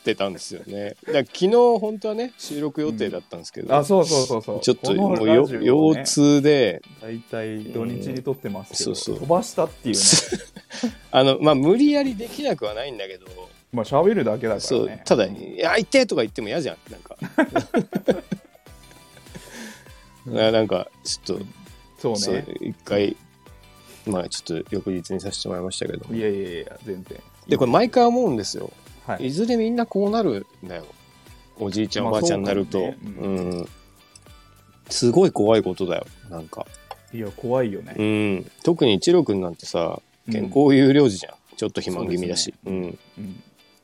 Speaker 1: てたんですよねだから昨日本当はね収録予定だったんですけど、
Speaker 2: *laughs* あそうそうそうそう
Speaker 1: ちょっとも
Speaker 2: こ
Speaker 1: う
Speaker 2: のラ
Speaker 1: よ、
Speaker 2: ジオね
Speaker 1: 腰痛で
Speaker 2: 大体土日に撮ってますけど、
Speaker 1: うんそうそう
Speaker 2: 飛ばしたっていうね
Speaker 1: あのまあ無理やりできなくはないんだけど
Speaker 2: まあ喋るだけだか
Speaker 1: そ
Speaker 2: ら
Speaker 1: う
Speaker 2: ね
Speaker 1: ただ「いや痛い」とか言っても嫌じゃんなん
Speaker 2: *laughs*
Speaker 1: かななんかちょっと、
Speaker 2: そう
Speaker 1: そう
Speaker 2: ね
Speaker 1: 一回まあちょっと翌日にさせてもらいましたけど
Speaker 2: いやいやいや全然
Speaker 1: でこれ毎回思うんですよ
Speaker 2: はい
Speaker 1: いずれみんなこうなるんだよおじいちゃん
Speaker 2: ま
Speaker 1: お
Speaker 2: あ
Speaker 1: ばあちゃんになると、
Speaker 2: そうかもねう
Speaker 1: うん、すごい怖いことだよなんか
Speaker 2: いや怖いよ
Speaker 1: う
Speaker 2: ね、
Speaker 1: ん特に一郎君なんてさ健康有料児じゃん、ちょっと肥満気味だしう、
Speaker 2: そうです
Speaker 1: ん、
Speaker 2: うん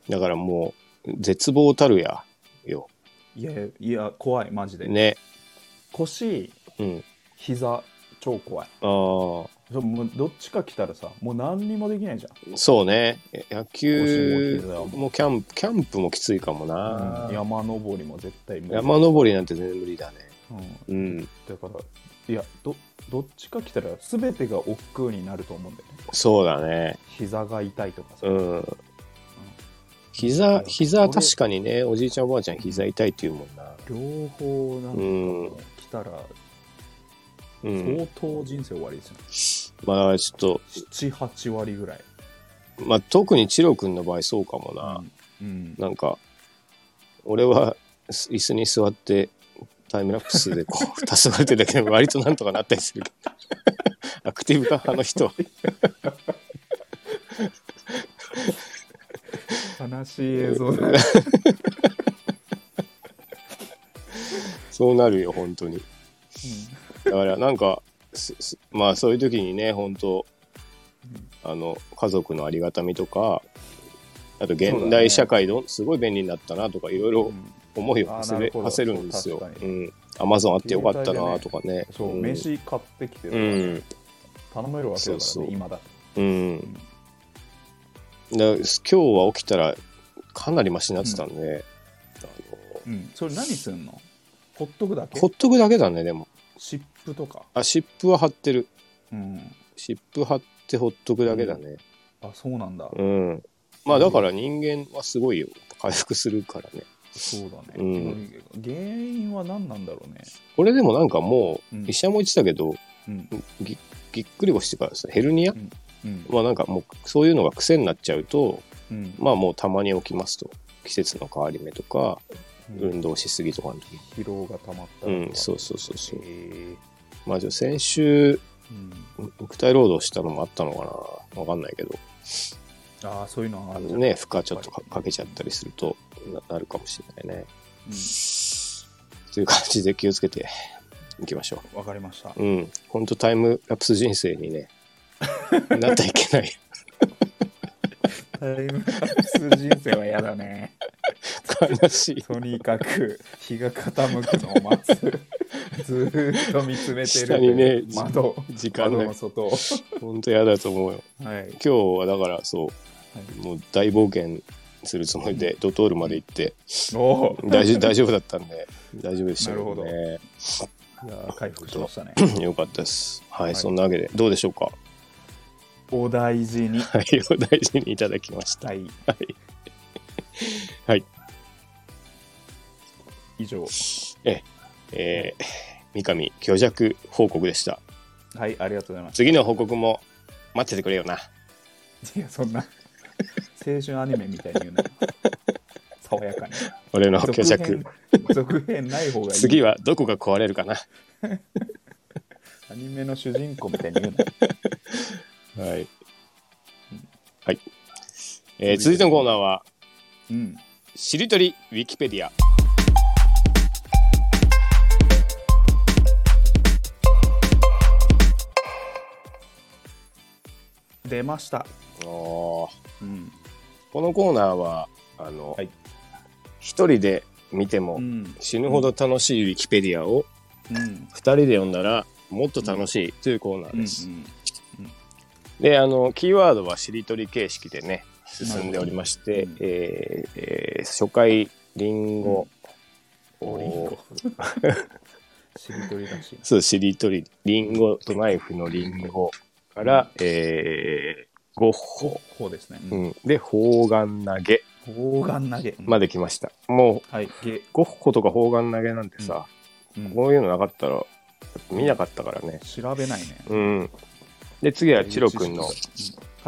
Speaker 1: だからもう絶望たるやよ
Speaker 2: いやいや怖いマジで、
Speaker 1: ね
Speaker 2: 腰
Speaker 1: うん
Speaker 2: 膝超怖い
Speaker 1: あ
Speaker 2: そうもうどっちか来たらさもう何にもできないじゃん
Speaker 1: あそうねえ野球
Speaker 2: 腰も膝
Speaker 1: もキャンプキャンプもきついかもな、
Speaker 2: うん山登りも絶対無理
Speaker 1: 山登りなんて全然無理だね
Speaker 2: うん、
Speaker 1: うん
Speaker 2: だからいやどどっちか来たら全てが億劫になると思うんだよね
Speaker 1: そうだね
Speaker 2: 膝が痛いとかさ、
Speaker 1: うん膝膝確かにねおじいちゃんおばあちゃん膝痛いって言うもんな
Speaker 2: 両方なんかもう来たら
Speaker 1: うん
Speaker 2: 相当人生終わりですよ、
Speaker 1: まあちょっと
Speaker 2: 78割ぐらい、
Speaker 1: まあ特にチロ君の場合そうかもな、
Speaker 2: うん、
Speaker 1: なんか、俺はす椅子に座ってタイムラプスでこ
Speaker 2: *laughs*
Speaker 1: う、黄昏ってるだけで割となんとかなったりするけど。 *laughs* アクティブ化派の人は。
Speaker 2: 悲しい映像だ
Speaker 1: そうなるよ、本当に。だからなんか、すすまあそういう時にね、本当あの、家族のありがたみとか、あと現代社会どん、すごい便利になったなとか、いろいろ思いをはせ
Speaker 2: あーなる
Speaker 1: れ
Speaker 2: ほど
Speaker 1: はせるんですよ。
Speaker 2: そう確
Speaker 1: う
Speaker 2: かに
Speaker 1: ん。アマゾンあってよかったなとかね。
Speaker 2: そう、
Speaker 1: ん
Speaker 2: 飯買ってきて、
Speaker 1: うん。
Speaker 2: 頼めるわけだからね
Speaker 1: そうそう
Speaker 2: 今だ
Speaker 1: うん、だ今日は起きたらかなりマシになってたんで、
Speaker 2: うんそれ何すんのほっとくだ
Speaker 1: あの
Speaker 2: け
Speaker 1: ほっとくだけだねでも
Speaker 2: 湿布とか
Speaker 1: あ湿布は貼ってる
Speaker 2: うん
Speaker 1: 湿布貼ってほっとくだけだね
Speaker 2: あそうなんだ、
Speaker 1: うん、まあだから人間はすごいよ回復するからね
Speaker 2: そうだね、
Speaker 1: うん
Speaker 2: 原因は何なんだろうね
Speaker 1: これでもなんかも
Speaker 2: うん
Speaker 1: う医者も言ってたけど、
Speaker 2: うん
Speaker 1: ぎぎっくり腰っていうかさヘルニア、
Speaker 2: うん
Speaker 1: まあなんかもうそういうのが癖になっちゃうと
Speaker 2: うん
Speaker 1: まあもうたまに起きますと季節の変わり目とか、
Speaker 2: うん
Speaker 1: 運動しすぎとかの時に
Speaker 2: 疲労が溜まった
Speaker 1: うんそうそうそうそう
Speaker 2: へえ
Speaker 1: まあじゃあ先週
Speaker 2: うん、
Speaker 1: 肉体労働したのもあったのかなわかんないけど
Speaker 2: ああそういうのはあるじゃん
Speaker 1: ね負荷ちょっとかかけちゃったりするとななるかもしれないねという感じで気をつけていきましょ
Speaker 2: うんわかりました
Speaker 1: ううんほんとタイムラプス人生に
Speaker 2: *laughs*
Speaker 1: ねなってはいけない
Speaker 2: タイムラプス人生は嫌だね
Speaker 1: 悲しい
Speaker 2: とにかく日が傾くのを待つ
Speaker 1: *laughs*
Speaker 2: ずーっと見つめてる
Speaker 1: 下にね
Speaker 2: 窓
Speaker 1: 時間
Speaker 2: 窓
Speaker 1: ね
Speaker 2: の外を
Speaker 1: ほんと嫌だと思うよ *laughs*
Speaker 2: はい
Speaker 1: 今日はだからそうもう大冒険するつもりでドトールまで行って
Speaker 2: おー
Speaker 1: 大丈夫大丈夫だったんで大丈夫でしたけど
Speaker 2: な
Speaker 1: ね
Speaker 2: いやー回復しましたね
Speaker 1: よかったですは、
Speaker 2: はいい
Speaker 1: そんなわけでどうでしょうか
Speaker 2: お大事に
Speaker 1: はい、お大事にいただきました。
Speaker 2: はい
Speaker 1: はい。はい。
Speaker 2: 以上
Speaker 1: えー、三上虚弱報告でした。
Speaker 2: はいありがとうございます
Speaker 1: 次の報告も待っててくれよな。
Speaker 2: *laughs* いや、そんな、青春アニメみたいに
Speaker 1: *laughs*
Speaker 2: 言うな。爽やかに。
Speaker 1: 俺の虚
Speaker 2: 続
Speaker 1: 弱
Speaker 2: 編。、 *laughs* 続編ない方がいい。
Speaker 1: 次はどこが壊れるかな。
Speaker 2: アニメの主人公みたいに言うな。
Speaker 1: はい。はい。えー続いてのコーナーは、
Speaker 2: うん。
Speaker 1: しりとりウィキペディア。
Speaker 2: 出ました。
Speaker 1: おー
Speaker 2: うん。
Speaker 1: このコーナーは、あの、
Speaker 2: はい
Speaker 1: 一人で見ても
Speaker 2: うん。
Speaker 1: 死ぬほど楽しいウィキペディアを
Speaker 2: うん。
Speaker 1: 二人で読んだらもっと楽しいというコーナーです。
Speaker 2: うん
Speaker 1: であのキーワードはしりとり形式でね進んでおりまして、
Speaker 2: なるほど
Speaker 1: えーえー初回りんご
Speaker 2: うんおりんご
Speaker 1: おー
Speaker 2: しりとりらしい
Speaker 1: そうしりとりりんごとナイフのりんごから、えー、ゴッホ、
Speaker 2: な。こうですね。
Speaker 1: う
Speaker 2: うん
Speaker 1: ん、で砲丸投げ
Speaker 2: 砲丸投げ。
Speaker 1: まで来ましたもう
Speaker 2: はい。ゲ
Speaker 1: ゴッホとか砲丸投げなんてさ、
Speaker 2: うん
Speaker 1: こういうのなかったら見なかったからね
Speaker 2: 調べないね。
Speaker 1: うんで次はチロくんの
Speaker 2: は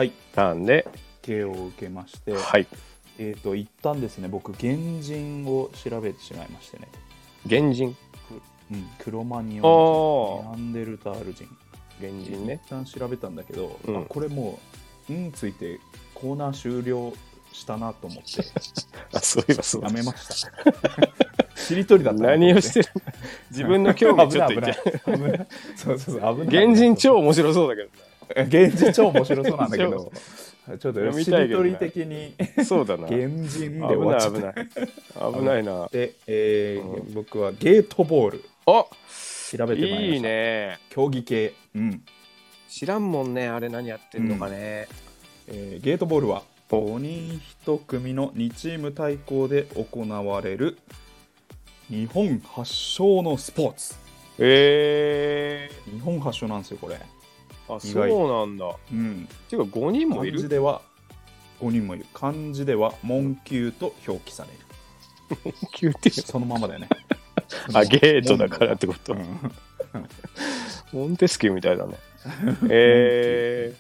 Speaker 2: い。
Speaker 1: ターンで
Speaker 2: 芸を受けまして、
Speaker 1: はい
Speaker 2: えっと、一旦ですね、僕、原人を調べてしまいましてね。
Speaker 1: 原人
Speaker 2: うん。クロマニオン
Speaker 1: お
Speaker 2: 人、ネアンデルタール人。
Speaker 1: 原人ね
Speaker 2: 一旦調べたんだけど、
Speaker 1: うん
Speaker 2: あこれもう「うん」ついてコーナー終了したなと思って
Speaker 1: あそういえばそうだ
Speaker 2: やめました *laughs* しりとりだった
Speaker 1: 何をして
Speaker 2: *laughs*
Speaker 1: てる自分の興味ちょっと言
Speaker 2: 危
Speaker 1: っ
Speaker 2: な
Speaker 1: て
Speaker 2: い危ない危ないそうそうそう危ない
Speaker 1: 原人超面白そうだけ
Speaker 2: 現人超面白そうなんだけどちょっ
Speaker 1: 読
Speaker 2: と
Speaker 1: み
Speaker 2: した
Speaker 1: い
Speaker 2: り
Speaker 1: けど
Speaker 2: と
Speaker 1: ね
Speaker 2: り的に
Speaker 1: どそう
Speaker 2: *laughs*
Speaker 1: だな危
Speaker 2: 現
Speaker 1: ない
Speaker 2: 人で終わっちゃ
Speaker 1: 危
Speaker 2: っ *laughs*
Speaker 1: ない危ないな
Speaker 2: て、えー
Speaker 1: う
Speaker 2: 僕はゲートボール
Speaker 1: あ
Speaker 2: 調べてまいりました
Speaker 1: いいね
Speaker 2: 競技系、うん
Speaker 1: 知らんもんねあれ何やってんのかね、
Speaker 2: えーゲートボールは5人1組の2チーム対抗で行われる日本発祥のスポーツ
Speaker 1: え
Speaker 2: 日本発祥なんですよこれ
Speaker 1: ー、あ
Speaker 2: 意外
Speaker 1: そうなんだ
Speaker 2: うん
Speaker 1: ていうか5人も
Speaker 2: 漢
Speaker 1: い
Speaker 2: 字
Speaker 1: る
Speaker 2: では5人もいる漢字では「門球」と表記される
Speaker 1: 球って
Speaker 2: そのままだよね
Speaker 1: *laughs* あゲートだからってこと、
Speaker 2: うん
Speaker 1: *laughs* モンテスキューみたいだねえ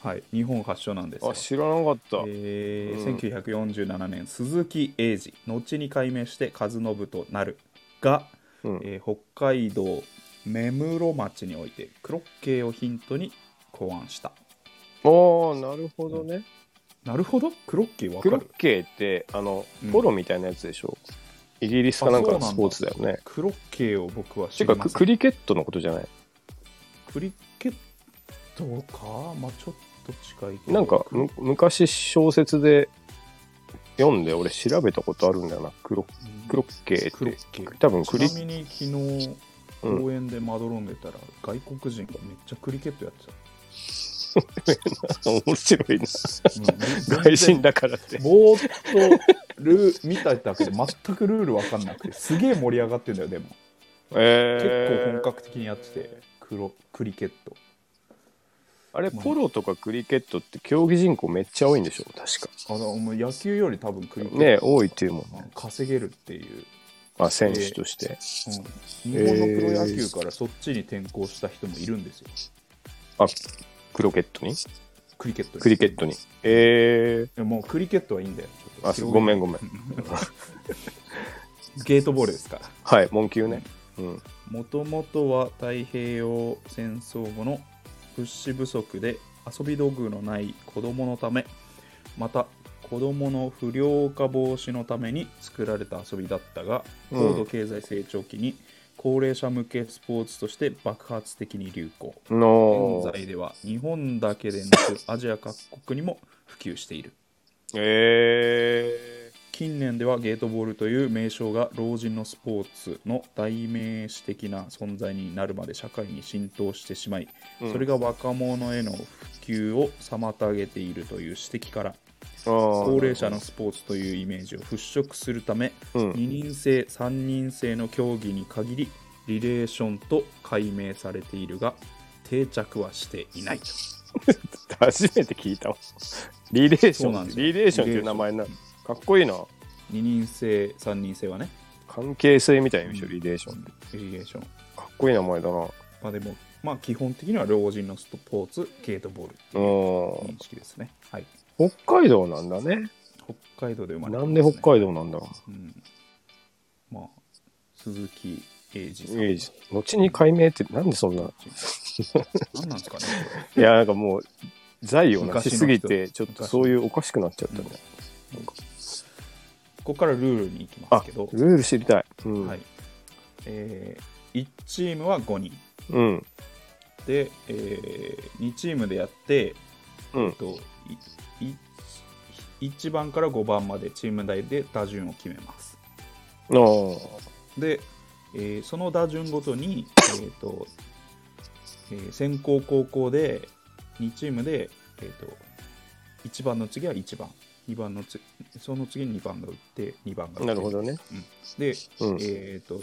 Speaker 2: はい日本発祥なんです
Speaker 1: ー、あ
Speaker 2: よ
Speaker 1: 知らなかった、
Speaker 2: えー
Speaker 1: うん
Speaker 2: 1947年鈴木英二後に改名して和信となるが、
Speaker 1: うん
Speaker 2: えー北海道目室町においてクロッケーをヒントに考案した
Speaker 1: ああなるほどね、
Speaker 2: なるほどクロッケーわか
Speaker 1: クロッ
Speaker 2: る
Speaker 1: ケーってあの
Speaker 2: うん
Speaker 1: ポロみたいなやつでしょ、イギリスかなんか
Speaker 2: あそうな
Speaker 1: のス
Speaker 2: んだ
Speaker 1: ポーツだよね
Speaker 2: クロッケーを僕は
Speaker 1: て
Speaker 2: 知
Speaker 1: か
Speaker 2: りま
Speaker 1: ク
Speaker 2: せん
Speaker 1: クリケットのことじゃない
Speaker 2: クリケットかまあちょっと近いけど
Speaker 1: なんか
Speaker 2: クロ
Speaker 1: む昔小説で読んで俺調べたことあるんだよなクロクロッケー
Speaker 2: クロ
Speaker 1: っ
Speaker 2: ッケ
Speaker 1: て
Speaker 2: ー
Speaker 1: 多分クリ
Speaker 2: ちなみに昨日公園でまどろんでたら、外国人がめっちゃクリケット
Speaker 1: *laughs*
Speaker 2: やってた
Speaker 1: 面白いな
Speaker 2: うん
Speaker 1: 外人だからって
Speaker 2: ぼーっとルー見ただけで全くルール分かんなくてすげえ盛り上がってんだよでも結
Speaker 1: え
Speaker 2: 構
Speaker 1: ー
Speaker 2: 本格的にやっててクロクリケット
Speaker 1: あれポロとかクリケットって競技人口めっちゃ多いんでしょ確か
Speaker 2: あのもう野球より多分クリケット
Speaker 1: ね多いっていうもん
Speaker 2: うん稼げるっていう、
Speaker 1: あ選手として、
Speaker 2: うん、日本のプロ野球からそっちに転向した人もいるんですよ
Speaker 1: あクロケットに
Speaker 2: クリケットに
Speaker 1: クリケットにえ
Speaker 2: いやもうクリケットはいいんだよちょっと
Speaker 1: ー、あすごめんごめん
Speaker 2: ゲートボールですから
Speaker 1: はい門球ねうん
Speaker 2: もともとは太平洋戦争後の物資不足で遊び道具のない子どものためまた子どもの不良化防止のために作られた遊びだったが
Speaker 1: うん
Speaker 2: 高度経済成長期に高齢者向けスポーツとして爆発的に流行
Speaker 1: の
Speaker 2: 現在では日本だけでなくアジア各国にも普及している
Speaker 1: え
Speaker 2: 近年ではゲートボールという名称が老人のスポーツの代名詞的な存在になるまで社会に浸透してしまい、
Speaker 1: うん
Speaker 2: それが若者への普及を妨げているという指摘から
Speaker 1: ー、あ
Speaker 2: 高齢者の
Speaker 1: の
Speaker 2: スポーツというイメージを払拭するため、
Speaker 1: うん *laughs*
Speaker 2: 2人制3人制の競技に限りリレーションと解明されているが定着はしていないと
Speaker 1: 初めて聞いたわリレーシ
Speaker 2: そうな
Speaker 1: ョ
Speaker 2: ん
Speaker 1: ン
Speaker 2: ですよ
Speaker 1: リレーションっていう名前なかっこいいな
Speaker 2: 2人制3人制はね
Speaker 1: 関係性みたいな意味でしょリレーションって
Speaker 2: リレーション
Speaker 1: かっこいい名前だな
Speaker 2: まあでも、まあ基本的には老人のスポーツ、ゲートボールっていう
Speaker 1: う
Speaker 2: 認識ですね。はい。
Speaker 1: ん北海道なんだね
Speaker 2: 北海道で生まれ
Speaker 1: な
Speaker 2: て
Speaker 1: んで
Speaker 2: ますね
Speaker 1: 北海道なんだろ
Speaker 2: うん。まあ、鈴木英二さ。
Speaker 1: うんイメージ後に解明ってなんでそんな
Speaker 2: 何なんですかね、
Speaker 1: いやなんかもう財をなしすぎてちょっとそういうおかしくなっちゃったね、
Speaker 2: ここからルールに行きま
Speaker 1: あ
Speaker 2: すけ
Speaker 1: ル
Speaker 2: ど、
Speaker 1: ール知りたいうん、
Speaker 2: はい。えー、1チームは5人。
Speaker 1: うん
Speaker 2: で、え2チームでやって、
Speaker 1: うん
Speaker 2: えっと、1番から5番までチーム内で打順を決めます。
Speaker 1: あー
Speaker 2: で、えーその打順ごとに、えーとえー先攻後攻で2チームで、えー、と1番の次は1番2番のつその次に2番が打って2番が打って
Speaker 1: なるほどね
Speaker 2: で、
Speaker 1: うん
Speaker 2: えー、と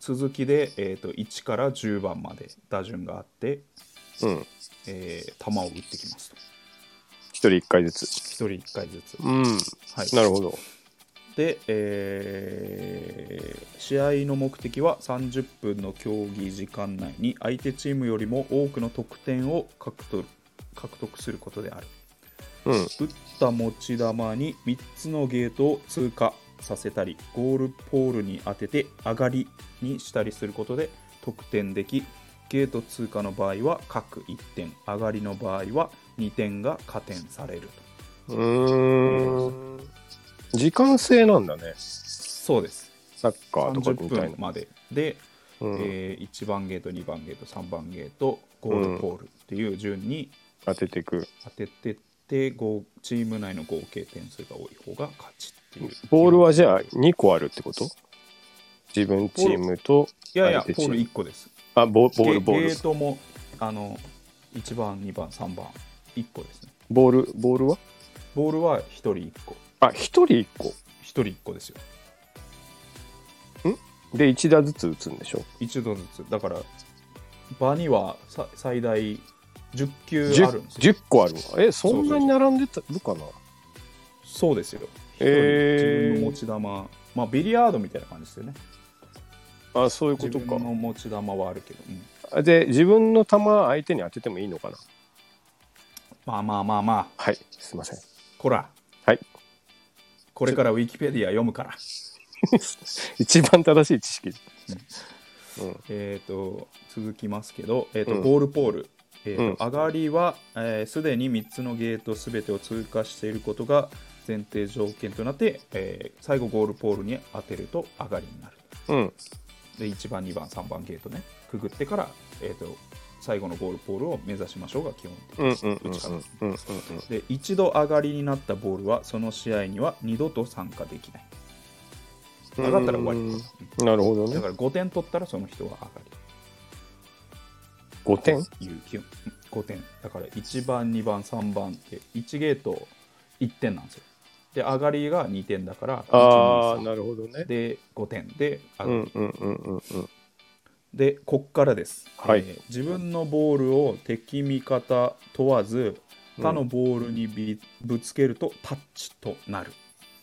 Speaker 2: 続きで、えー、と1から10番まで打順があって、
Speaker 1: うん
Speaker 2: えー球を打ってきますと
Speaker 1: 一人一回ずつ
Speaker 2: 1人1回ずつ、
Speaker 1: うん
Speaker 2: はい、
Speaker 1: なるほど
Speaker 2: で、えー試合の目的は30分の競技時間内に相手チームよりも多くの得点を獲得獲得することである
Speaker 1: うん
Speaker 2: 打った持ち球に3つのゲートを通過させたりゴールポールに当てて上がりにしたりすることで得点できゲート通過の場合は各1点上がりの場合は2点が加点されると
Speaker 1: うーん時間制なんだね
Speaker 2: そうです
Speaker 1: サッカーとか
Speaker 2: 30
Speaker 1: みたい
Speaker 2: 分
Speaker 1: な、
Speaker 2: までで
Speaker 1: うん
Speaker 2: えー、1番ゲート2番ゲート3番ゲートゴールポールっていう順に
Speaker 1: 当てていく
Speaker 2: 当ててって、ゴーチーム内の合計点数が多い方が勝ちっていう
Speaker 1: ボールはじゃあ2個あるってこと自分チームと
Speaker 2: いやいや
Speaker 1: 相手
Speaker 2: ポ
Speaker 1: チ
Speaker 2: ー
Speaker 1: ー
Speaker 2: ル
Speaker 1: ム
Speaker 2: 1個です
Speaker 1: あ、ボボー
Speaker 2: ゲ
Speaker 1: ル、ボー
Speaker 2: ゲ
Speaker 1: ル
Speaker 2: ー。トもあの1番2番3番1個ですね
Speaker 1: ボール、ボールは
Speaker 2: ボールは1人1個
Speaker 1: あ、一人一個。
Speaker 2: 1人1個ですよ
Speaker 1: で、一打ずつ打つんでしょ。
Speaker 2: 1度ずつだから場にはさ最大10球
Speaker 1: 十
Speaker 2: あるんですよ
Speaker 1: 十個あるわ。え、そんなに並んでたるかな
Speaker 2: そうですよ1人
Speaker 1: へー
Speaker 2: 自分の持ち球、まあビリヤードみたいな感じですよね
Speaker 1: あ、そういうこと
Speaker 2: 自分
Speaker 1: か
Speaker 2: の。持ち球はあるけど、うん
Speaker 1: あで、自分の球相手に当ててもいいのかな
Speaker 2: まあまあまあまあ
Speaker 1: はい、すいません。
Speaker 2: こら
Speaker 1: はい。 *laughs*
Speaker 2: これからウィキペディア読むから
Speaker 1: 一番正しい知識。うん。
Speaker 2: えー、と続きますけど、えーと
Speaker 1: うん
Speaker 2: ゴールポール、えーと
Speaker 1: う
Speaker 2: 上がりはすで、えー既に3つのゲートすべてを通過していることが前提条件となって、えー最後ゴールポールに当てると上がりになる
Speaker 1: うん。
Speaker 2: で1番2番3番ゲートねくぐってから、えー、と最後のゴールポールを目指しましょうが基本的
Speaker 1: うん。うん。
Speaker 2: 打ち方
Speaker 1: うん。うん。
Speaker 2: で一度上がりになったボールはその試合には二度と参加できない上がったら終わり
Speaker 1: り。なるほど
Speaker 2: だ
Speaker 1: ね
Speaker 2: か。ら5点取ったらその人は上がり
Speaker 1: 五点。
Speaker 2: 有給5点だから1番2番3番って1ゲート1点なんですよで上がりが2点だから
Speaker 1: ああ、
Speaker 2: 1 2 3
Speaker 1: なるほどね。
Speaker 2: で5点で上
Speaker 1: う
Speaker 2: がり、
Speaker 1: んうんうんうんうん。
Speaker 2: でこっからです、
Speaker 1: はい
Speaker 2: ー自分のボールを敵味方問わず
Speaker 1: うん
Speaker 2: 他のボールにびぶつけるとタッチとなる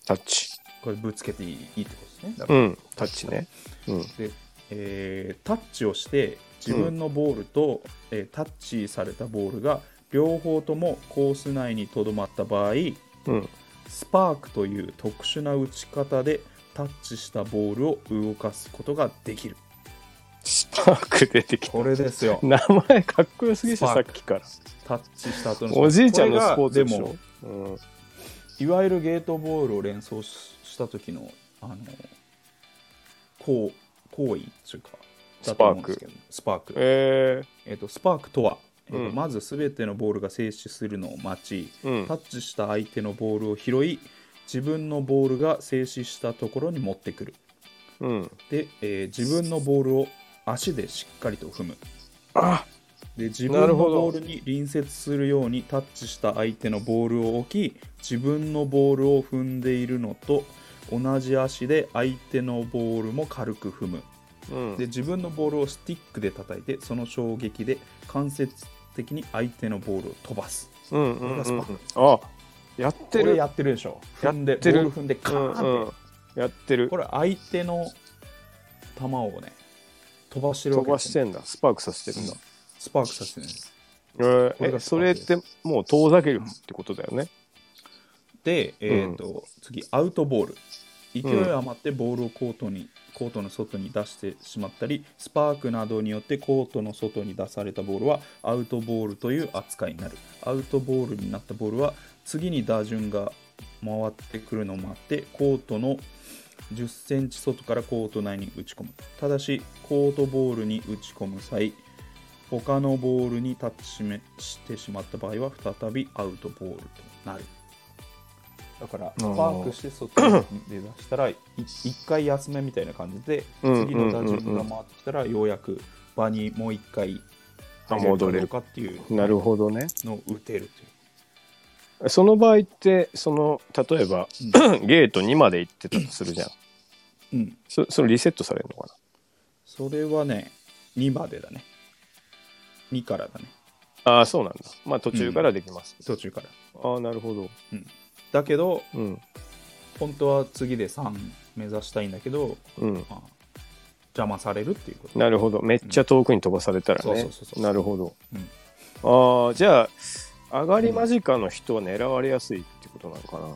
Speaker 1: タッチ。
Speaker 2: これぶつけていいいいってことですねだか
Speaker 1: う
Speaker 2: ら、
Speaker 1: ん。タッチね。うん。
Speaker 2: で、えータッチをして自分のボールと、えータッチされたボールが両方ともコース内にとどまった場合
Speaker 1: うん。
Speaker 2: スパークという特殊な打ち方でタッチしたボールを動かすことができる
Speaker 1: スパーク出てきた。
Speaker 2: これですよ
Speaker 1: 名前かっこよすぎでしょ、
Speaker 2: ス
Speaker 1: さ
Speaker 2: パ
Speaker 1: っ
Speaker 2: ー
Speaker 1: きから。
Speaker 2: タッチした後の
Speaker 1: おじいちゃんのスポーツ
Speaker 2: こ
Speaker 1: で
Speaker 2: れ
Speaker 1: し
Speaker 2: が
Speaker 1: ょ。うん。
Speaker 2: いわゆるゲートボールを連想しした時のあの行行為というかだと思うんですけどスパーク
Speaker 1: え
Speaker 2: えっとスパークとは、えっと
Speaker 1: うん
Speaker 2: まず全てのボールが静止するのを待ち、
Speaker 1: えうん
Speaker 2: タッチした相手のボールを拾い自分のボールが静止したところに持ってくる
Speaker 1: うん。
Speaker 2: で、えー自分のボールを足でしっかりと踏む
Speaker 1: あ
Speaker 2: で自分
Speaker 1: な
Speaker 2: の
Speaker 1: るほど
Speaker 2: ボールに隣接するようにタッチした相手のボールを置き自分のボールを踏んでいるのと同じ足で相手のボールも軽く踏む
Speaker 1: うん
Speaker 2: で自分のボールをスティックで叩いてその衝撃で間接的に相手のボールを飛ばす
Speaker 1: うんうん
Speaker 2: これが
Speaker 1: う
Speaker 2: スパ
Speaker 1: ん
Speaker 2: ーク
Speaker 1: あやっ
Speaker 2: こ
Speaker 1: て
Speaker 2: れ
Speaker 1: る
Speaker 2: やってるでしょ踏んで
Speaker 1: やっ
Speaker 2: ボ
Speaker 1: てる
Speaker 2: ール踏んでカ
Speaker 1: う
Speaker 2: ーン
Speaker 1: ん
Speaker 2: って、
Speaker 1: うんやってる
Speaker 2: これ相手の球をね飛ばしてるわ
Speaker 1: 飛
Speaker 2: け
Speaker 1: ば
Speaker 2: で
Speaker 1: し
Speaker 2: すよ
Speaker 1: てんだスパークさせてるんだ
Speaker 2: うんスパークさせてるんです
Speaker 1: えー
Speaker 2: これが
Speaker 1: え
Speaker 2: スパ
Speaker 1: そ
Speaker 2: ー
Speaker 1: れ
Speaker 2: ク
Speaker 1: っ
Speaker 2: です
Speaker 1: てもう遠ざけるってことだよね
Speaker 2: で、えーと次アウトボール勢い余ってボールをコートに、コートの外に出してしまったりスパークなどによってコートの外に出されたボールはアウトボールという扱いになるアウトボールになったボールは次に打順が回ってくるのもあってコートの1 0センチ外からコート内に打ち込むただしコートボールに打ち込む際他のボールにタッチしめしてしまった場合は再びアウトボールとなるだからスパークして外に出だしたらい一回休めみたいな感じで
Speaker 1: うん
Speaker 2: 次の打順が回ってきたらようやく場にもう一回
Speaker 1: あ戻れる
Speaker 2: かどうかっていう
Speaker 1: なるほどね
Speaker 2: のを打てる
Speaker 1: その場合ってその例えば *clears throat* ゲート2まで行ってたとするじゃん
Speaker 2: という、うん、
Speaker 1: そそれリセットされるのか
Speaker 2: それはね2までだね2からだね
Speaker 1: なああそうなんだまあ途中からできます、
Speaker 2: 途中から
Speaker 1: ああなるほど
Speaker 2: だけど
Speaker 1: うん
Speaker 2: 本当は次で3目指したいんだけど、
Speaker 1: うん
Speaker 2: まあ邪魔されるっていうこと
Speaker 1: なるほどめっちゃ遠くに飛ばされたら
Speaker 2: うんそ
Speaker 1: ね
Speaker 2: うそうそうそう
Speaker 1: なるほど、
Speaker 2: うん
Speaker 1: ああじゃあ上がり間近の人は狙われやすいってことなのかな、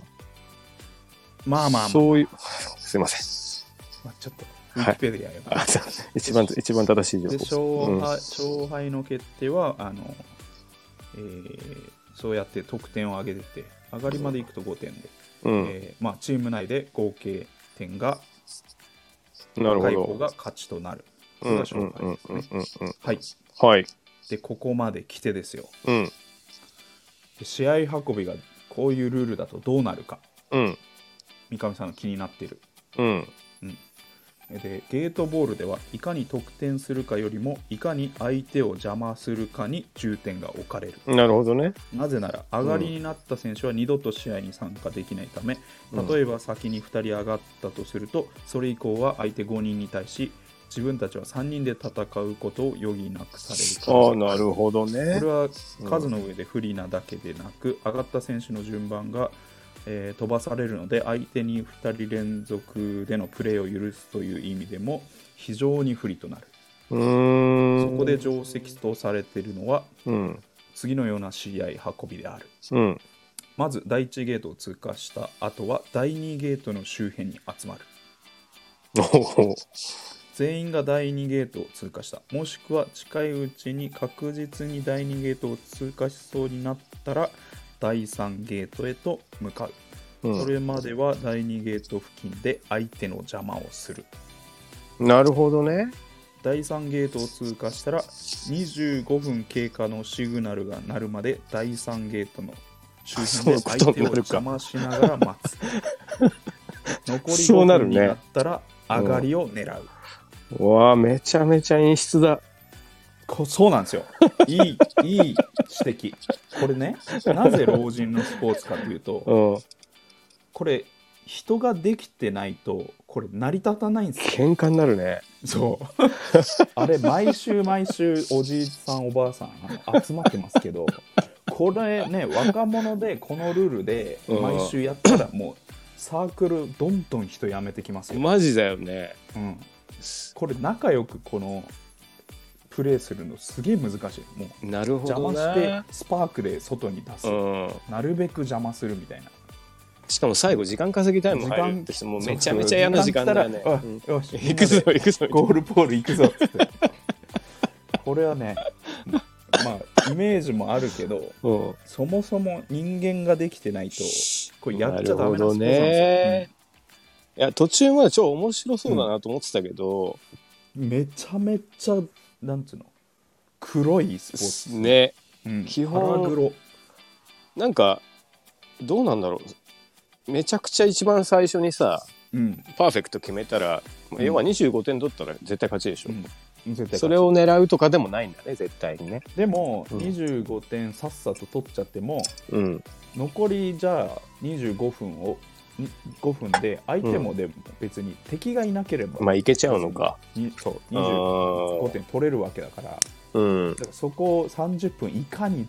Speaker 2: まあまあまあ、
Speaker 1: そういう *laughs* すいません
Speaker 2: まあちょっとウ
Speaker 1: はい
Speaker 2: ィキペディアやっぱ
Speaker 1: あそう一番一番正しい情報
Speaker 2: で
Speaker 1: です
Speaker 2: 勝
Speaker 1: うん
Speaker 2: 敗,、勝敗の決定はあの、えーそうやって得点を上げてって上がりまでいくと5点で、
Speaker 1: うん
Speaker 2: えーまあ、チーム内で合計点が
Speaker 1: なる
Speaker 2: 高い
Speaker 1: ほ
Speaker 2: 方
Speaker 1: ど
Speaker 2: が勝ちとなるそ
Speaker 1: うん
Speaker 2: れ
Speaker 1: うん
Speaker 2: が
Speaker 1: う
Speaker 2: 勝
Speaker 1: ん
Speaker 2: 敗です
Speaker 1: うんうんうんは
Speaker 2: ねはい
Speaker 1: い
Speaker 2: でここまで来てですよ
Speaker 1: うん
Speaker 2: で試合運びがこういうルールだとどうなるか
Speaker 1: うん
Speaker 2: 三上さんが気になってる
Speaker 1: うん
Speaker 2: でゲートボールではいかに得点するかよりもいかに相手を邪魔するかに重点が置かれる
Speaker 1: なるほどね。
Speaker 2: なぜなら上がりになった選手は二度と試合に参加できないため、
Speaker 1: うん
Speaker 2: 例えば先に2人上がったとするとそれ以降は相手5人に対し自分たちは3人で戦うことを余儀なくされる
Speaker 1: ああ、
Speaker 2: こ
Speaker 1: なるほどね
Speaker 2: れ。は数の上で不利なだけでなく上がった選手の順番が、えー飛ばされるので相手に2人連続でのプレーを許すという意味でも非常に不利となる
Speaker 1: うーん。
Speaker 2: そこで定石とされているのは
Speaker 1: うん。
Speaker 2: 次のような試合運びである
Speaker 1: うん。
Speaker 2: まず第1ゲートを通過した後は第2ゲートの周辺に集まる
Speaker 1: おお。
Speaker 2: 全員が第2ゲートを通過したもしくは近いうちに確実に第2ゲートを通過しそうになったら第3ゲートへと向かう
Speaker 1: うん
Speaker 2: それまでは第2ゲート付近で相手の邪魔をする
Speaker 1: なるほどね。
Speaker 2: 第3ゲートを通過したら25分経過のシグナルが鳴るまで第3ゲートの周辺で相手を邪魔しながら待
Speaker 1: *laughs*
Speaker 2: つ残り
Speaker 1: そうな
Speaker 2: 5
Speaker 1: る
Speaker 2: 分
Speaker 1: ね
Speaker 2: になったら上がりを狙う
Speaker 1: うわあ、めちゃめちゃ演出だ。
Speaker 2: こそうなんです *laughs* よ。いい、いい指摘。これね、なぜ老人のスポーツかというと、
Speaker 1: うん。
Speaker 2: これ、人ができてないと、これ、成り立たないんですよ。
Speaker 1: 喧嘩になるね。
Speaker 2: そう。 *laughs* あれ、毎週毎週、おじいさん、おばあさん、あの集まってますけど、これね、若者で、このルールで、
Speaker 1: うん
Speaker 2: 毎週やったら、もう、サークル、どんどん人辞めてきますよ。
Speaker 1: マジだよね。
Speaker 2: うん、これ、仲良く、この、プレーするの、すげえ難しい。もう
Speaker 1: なるほ
Speaker 2: 邪
Speaker 1: ど
Speaker 2: 魔
Speaker 1: ね。
Speaker 2: してスパークで外に出す、
Speaker 1: うん。
Speaker 2: なるべく邪魔するみたいな
Speaker 1: しかも最後、時間稼ぎタイム入るってして、もうめちゃめちゃ嫌な時間だよね。
Speaker 2: そう
Speaker 1: うん
Speaker 2: そう時間来たらあよし
Speaker 1: 行くぞ、
Speaker 2: みんなで
Speaker 1: 行くぞ。
Speaker 2: ゴールポール行くぞっつってこれはねまあイメージもあるけど
Speaker 1: うん。
Speaker 2: そもそも人間ができてないとこれやっちゃダメな
Speaker 1: るほど
Speaker 2: スポーツなんで
Speaker 1: ね。いや途中まで超面白そうだなと思ってたけど、
Speaker 2: すようんめちゃめちゃなんつうの黒いスポーツ、
Speaker 1: ね
Speaker 2: うん
Speaker 1: 基本
Speaker 2: 腹黒
Speaker 1: なんかどうなんだろうめちゃくちゃ一番最初にさ
Speaker 2: うん、
Speaker 1: パーフェクト決めたら、
Speaker 2: うん
Speaker 1: 要は25点取ったら絶対勝ちでしょ、
Speaker 2: うん、絶対
Speaker 1: それを狙うとかでもないんだね絶対にね
Speaker 2: でも、
Speaker 1: うん
Speaker 2: 25点さっさと取っちゃっても
Speaker 1: うん
Speaker 2: 残りじゃあ25分をに5分で相手もでも別に敵がいなければ、
Speaker 1: まあいけちゃうのか
Speaker 2: にそう
Speaker 1: あー
Speaker 2: 25点取れるわけだからだか
Speaker 1: うん
Speaker 2: らそこを30分いかに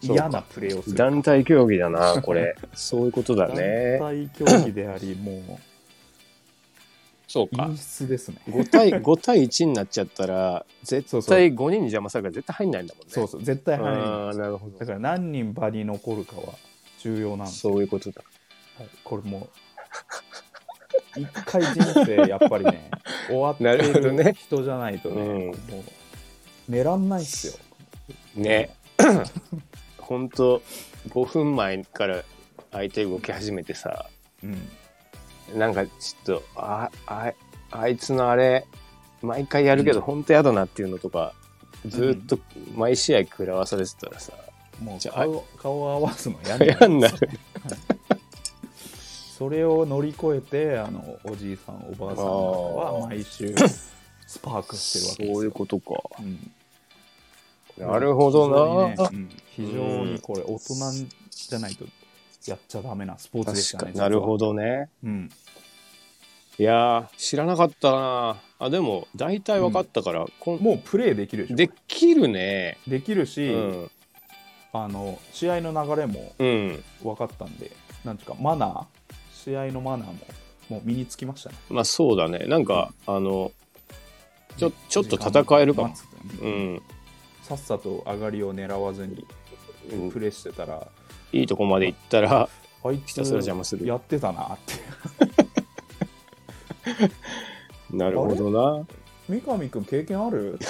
Speaker 1: そうか
Speaker 2: 嫌なプレーをするか
Speaker 1: 団体競技だ *laughs* なこれそういうことだね
Speaker 2: 団体競技でありも
Speaker 1: そう
Speaker 2: う
Speaker 1: か
Speaker 2: 陰湿ですね
Speaker 1: 5対5対1になっちゃったら
Speaker 2: そう
Speaker 1: 絶
Speaker 2: そう
Speaker 1: 対5人に邪魔されたら絶対入んないんだもんね
Speaker 2: そうそう絶対入らない
Speaker 1: ああなるほど
Speaker 2: だから何人場に残るかは重要なんです
Speaker 1: そういうことだ
Speaker 2: はいこれもう一回人生やっぱ
Speaker 1: *laughs*
Speaker 2: りね終わって
Speaker 1: なるほどね
Speaker 2: る人じゃないとね
Speaker 1: うん
Speaker 2: もう寝らんないっすよ
Speaker 1: ねほんと5分前から相手動き始めてさ
Speaker 2: うん
Speaker 1: なんかちょっとあああいつのあれ毎回やるけどほんとやだなっていうのとかずっと毎試合食らわされてたらさ、
Speaker 2: もう
Speaker 1: じゃあ
Speaker 2: 顔顔を合わすのやんない
Speaker 1: やんない
Speaker 2: それを乗り越えてあのおじいさんおばあさんなんかは毎週スパークしてるわけですよ
Speaker 1: そういうことか
Speaker 2: うん
Speaker 1: なるほどな、
Speaker 2: 非常に,、うん非常にこれ大人じゃないとやっちゃダメなスポーツでし
Speaker 1: 確か
Speaker 2: たね
Speaker 1: になるほ
Speaker 2: ど、
Speaker 1: どね
Speaker 2: うん、
Speaker 1: いやー知らなかったなあでも大体分かったから、こん
Speaker 2: もうプレーできるでしょ
Speaker 1: できるね
Speaker 2: できる
Speaker 1: う
Speaker 2: し、
Speaker 1: ん、
Speaker 2: あの試合の流れも
Speaker 1: うん、
Speaker 2: 分かったんで、なんていうか、マナー、試合のマナーももう身につきましたね。
Speaker 1: まあそうだねなんかあのちょちょっと戦えるかも
Speaker 2: 時間待つ
Speaker 1: う
Speaker 2: うん
Speaker 1: ん、
Speaker 2: さっさと上がりを狙わずにプレーしてたら、
Speaker 1: いいとこまで行ったら
Speaker 2: あい
Speaker 1: ひ
Speaker 2: つ
Speaker 1: たすら邪魔する
Speaker 2: やってたなって。
Speaker 1: なるほどな
Speaker 2: 三上君経験あ
Speaker 1: *laughs*
Speaker 2: るって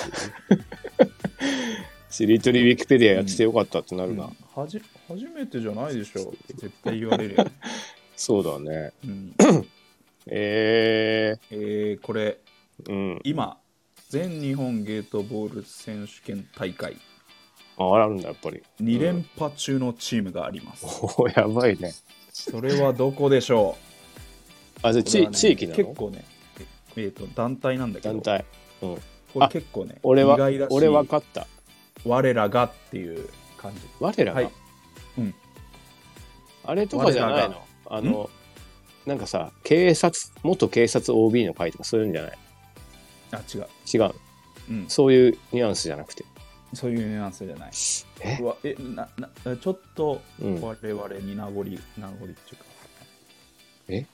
Speaker 1: しりとりウィキペディアやっててよかったってなるな、
Speaker 2: はじ初めてじゃないでし
Speaker 1: *laughs*
Speaker 2: ょって絶対言われるよ、
Speaker 1: そうだね
Speaker 2: うん
Speaker 1: え
Speaker 2: えーこれ
Speaker 1: ー、うん
Speaker 2: 今全日本ゲートボール選手権大会
Speaker 1: ああるんだやっぱり *laughs*
Speaker 2: 2連覇中のチームがあります、
Speaker 1: おーやばいね
Speaker 2: それはどこでしょう
Speaker 1: あじゃあ
Speaker 2: これ
Speaker 1: ち
Speaker 2: はね
Speaker 1: 地域なの
Speaker 2: 結構ねえー、と団体なんだけど
Speaker 1: 団体うん
Speaker 2: これ結構ね
Speaker 1: 俺は
Speaker 2: 意外だし
Speaker 1: 俺分かった
Speaker 2: 我らがっていう感じ
Speaker 1: 我らが、
Speaker 2: はいうん
Speaker 1: あれとかじゃない
Speaker 2: 我ら
Speaker 1: のあのなんかさ警察元警察 OB の会とかそういうんじゃない
Speaker 2: あ違う、
Speaker 1: 違う
Speaker 2: うん、
Speaker 1: そういうニュアンスじゃなくて
Speaker 2: そういうニュアンスじゃない
Speaker 1: え
Speaker 2: うわえななちょっと
Speaker 1: うん
Speaker 2: 我々に名残、名残っていうか
Speaker 1: え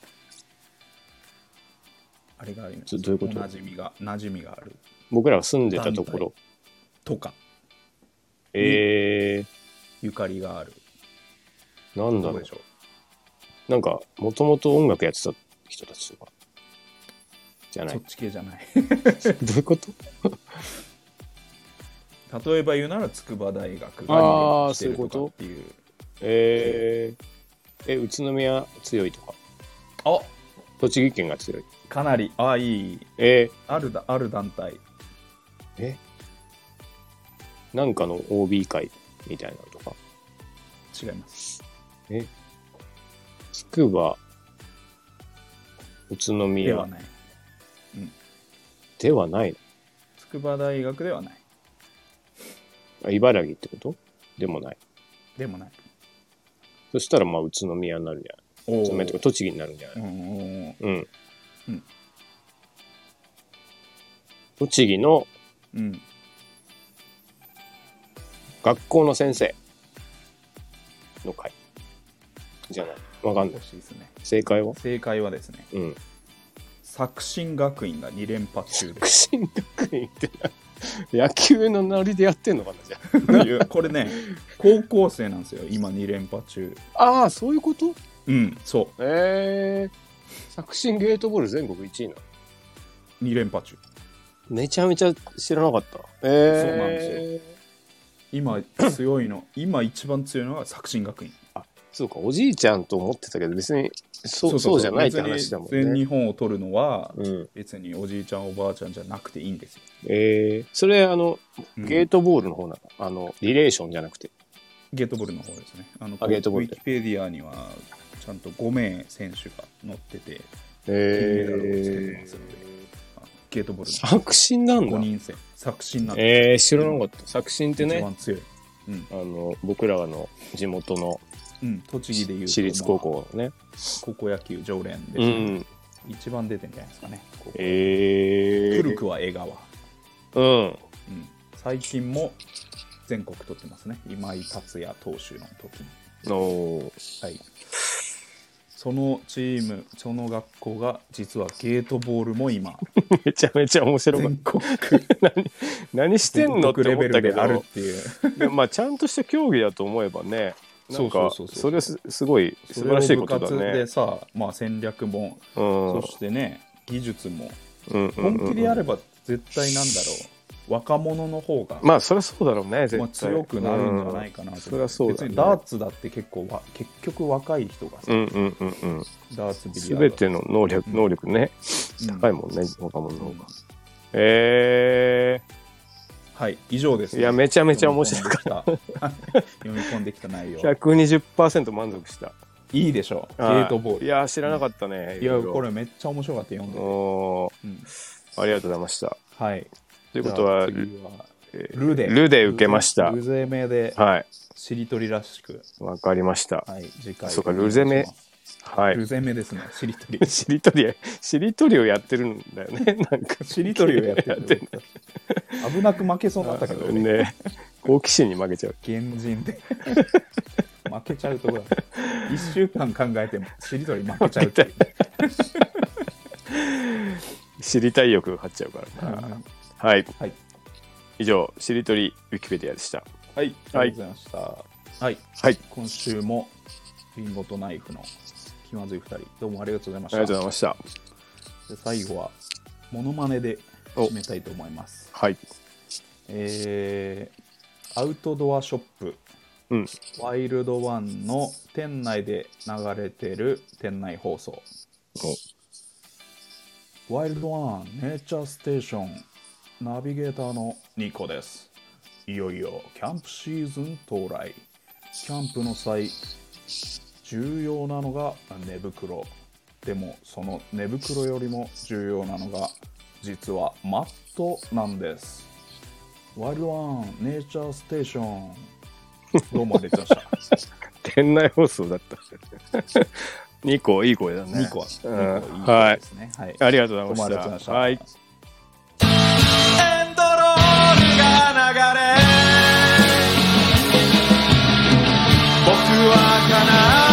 Speaker 2: あれがありま
Speaker 1: ち
Speaker 2: す
Speaker 1: ょどういうこと
Speaker 2: 馴染みが馴染みがある
Speaker 1: 僕らが住んでたところ
Speaker 2: とか
Speaker 1: え
Speaker 2: ゆかりがある
Speaker 1: ー、なんだ
Speaker 2: どう
Speaker 1: ろう
Speaker 2: でしょう
Speaker 1: なんかもともと音楽やってた人たちとかじゃない
Speaker 2: そっち系じゃない *laughs*
Speaker 1: どういうこと
Speaker 2: 例えば言うなら筑波大学が
Speaker 1: あー
Speaker 2: 入学してる
Speaker 1: そういう
Speaker 2: と
Speaker 1: こと
Speaker 2: かっていう
Speaker 1: えー、え宇都宮強いとか
Speaker 2: あ
Speaker 1: 栃木県が強い
Speaker 2: かなりあいい
Speaker 1: え
Speaker 2: あるだある団体
Speaker 1: ー、えなんかの OB 会みたいなのとか
Speaker 2: 違います
Speaker 1: つくば宇都宮
Speaker 2: で
Speaker 1: で
Speaker 2: は
Speaker 1: は
Speaker 2: ない
Speaker 1: ない
Speaker 2: 筑波大学ではない
Speaker 1: あ茨城ってことでもない
Speaker 2: でもない
Speaker 1: そしたらまあ宇都宮になるんじゃない
Speaker 2: お
Speaker 1: 宇都宮とか栃木になるんじゃない
Speaker 2: うんうんうんうん
Speaker 1: うん、
Speaker 2: うん
Speaker 1: 栃木の
Speaker 2: うん
Speaker 1: 学校の先生の会じゃないわかんない
Speaker 2: 惜しいですね
Speaker 1: 正解は
Speaker 2: 正解はですね
Speaker 1: うん
Speaker 2: 作新学院が2連覇中で
Speaker 1: 苦心学院ってな野球のノリでやってんのかなじゃ
Speaker 2: す *laughs* これね高校生なんですよ今2連覇中
Speaker 1: あああそういうこと
Speaker 2: うんそ
Speaker 1: ええ作新ゲートボール全国1位なの
Speaker 2: う2連覇中
Speaker 1: めちゃめちゃ知らなかったええ
Speaker 2: そうなんです
Speaker 1: よ
Speaker 2: 今強
Speaker 1: *coughs*
Speaker 2: いの今一番強いのが作新学院
Speaker 1: そうかおじいちゃんと思ってたけど別にそうそうじゃないって話だもん
Speaker 2: 別に全
Speaker 1: ね
Speaker 2: 日本を取るのは
Speaker 1: うん、
Speaker 2: 別におじいちゃんおばあちゃんじゃなくていいんですよ、
Speaker 1: ええそれあの
Speaker 2: うん
Speaker 1: ゲートボールの方なの、あのリレーションじゃなくて
Speaker 2: ゲートボールの方ですねあの
Speaker 1: あゲートボール
Speaker 2: ウィキペディアにはちゃんと5名選手が載ってて
Speaker 1: え
Speaker 2: 金メダルをつけて
Speaker 1: え
Speaker 2: ますんであのゲートボールの
Speaker 1: 作新なんだ
Speaker 2: 5人制作新なんで
Speaker 1: ええ知らなかった作新って
Speaker 2: 一
Speaker 1: ね
Speaker 2: 番強い、うん
Speaker 1: あの僕らの地元の
Speaker 2: うん、栃木でいうと
Speaker 1: 私立高校のね
Speaker 2: まあ高校野球常連です
Speaker 1: う
Speaker 2: ね、
Speaker 1: ん
Speaker 2: 一番出てんじゃないですかねここ
Speaker 1: ええ
Speaker 2: 古くは江川、うん、
Speaker 1: うん
Speaker 2: 最近も全国取ってますね今井達也投手の時に
Speaker 1: の
Speaker 2: はい、そのチーム、その学校が実はゲートボールも今、
Speaker 1: *laughs* めちゃめちゃ面白かった
Speaker 2: 全国
Speaker 1: *laughs* 何してんの
Speaker 2: 全
Speaker 1: って
Speaker 2: 国レ
Speaker 1: 思
Speaker 2: ベ
Speaker 1: った
Speaker 2: ル
Speaker 1: け
Speaker 2: で
Speaker 1: ど
Speaker 2: あるっていう、
Speaker 1: でもまあちゃんとした競技だと思えばねなんか
Speaker 2: そうそうそうそ
Speaker 1: そ
Speaker 2: う
Speaker 1: れすすごい素晴らしいことだ
Speaker 2: それを部活で
Speaker 1: ね
Speaker 2: さ、まあ、戦略も、
Speaker 1: うん
Speaker 2: そしてね、技術も、
Speaker 1: うんうん
Speaker 2: 本
Speaker 1: うん
Speaker 2: 気でやれば絶対なんだろう、若者の方が、ま
Speaker 1: まあそりゃそうだろうね絶
Speaker 2: あ、
Speaker 1: 対
Speaker 2: 強くなるんじゃないかなと思う、
Speaker 1: うんそりゃそうだね
Speaker 2: 別にダーツだって結構わ、結局若い人がさ、
Speaker 1: うんうんうんうん
Speaker 2: ダーツビリヤード
Speaker 1: 全ての能力能力ね
Speaker 2: うん
Speaker 1: 高いもんね若者の
Speaker 2: う
Speaker 1: 方
Speaker 2: ん
Speaker 1: がえ
Speaker 2: はい、以上です、
Speaker 1: ーいやめちゃめちゃ面白かっ
Speaker 2: かった。 *laughs* 読み込んできた内容
Speaker 1: た。120%満足した
Speaker 2: いいでしょう。ゲ
Speaker 1: はい
Speaker 2: ートボール。
Speaker 1: い
Speaker 2: い
Speaker 1: や知らなかったね
Speaker 2: や、これめっちゃ面白かった、読んでて。
Speaker 1: お
Speaker 2: うん
Speaker 1: ーありがとうございました
Speaker 2: はい。
Speaker 1: ということは
Speaker 2: じゃあ次は
Speaker 1: えー
Speaker 2: ルで。
Speaker 1: ルで受けました
Speaker 2: ルゼメで、
Speaker 1: はい
Speaker 2: しりとりらしく、
Speaker 1: わかりました
Speaker 2: はい、次回。
Speaker 1: そうかルゼメ。はい。
Speaker 2: ルゼメですね、しりとり
Speaker 1: *laughs* しりとり、しりとりをやってるんだよね。 *laughs* なんか。
Speaker 2: しりとりをやってる。 *laughs* 危なく負けそうになったけどね。
Speaker 1: ね。好奇心に負けちゃう。
Speaker 2: 厳人で。 *laughs* 負けちゃうとこだ。一週間考えても、しりとり負けちゃうっていう。
Speaker 1: 知りたい欲が勝っちゃうからな。はい。
Speaker 2: はい。
Speaker 1: 以上、しりとりウィキペディアでした。
Speaker 2: はい、ありがとうございました。はい、
Speaker 1: はい
Speaker 2: 今週もリンゴとナイフの気まずい2人、どうもありがとうございまし
Speaker 1: あり
Speaker 2: た。
Speaker 1: がとうございました。
Speaker 2: で最後は、モノマネで締めたいと思います。
Speaker 1: はい。
Speaker 2: えー、アウトドアショップ、
Speaker 1: うん。
Speaker 2: ワイルドワンの店内で流れてる店内放送。ワイルドワンネイチャーステーションナビゲーターのニコですいよいよキャンプシーズン到来キャンプの際重要なのが寝袋でもその寝袋よりも重要なのが実はマットなんですワイルドワンネイチャーステーションどうも出てました
Speaker 1: 店内放送だ
Speaker 2: *laughs*
Speaker 1: った。2個、いい声だね。
Speaker 2: 2個は、
Speaker 1: う
Speaker 2: 二個い
Speaker 1: ん
Speaker 2: い
Speaker 1: はい
Speaker 2: で。すねはい
Speaker 1: ありがとう
Speaker 2: ど
Speaker 1: ご
Speaker 2: う
Speaker 1: ざ
Speaker 2: もあ
Speaker 1: い
Speaker 2: り
Speaker 1: ま
Speaker 2: がとうございま
Speaker 1: し。
Speaker 2: したた、
Speaker 1: はい。
Speaker 3: エンドロールが流れ僕は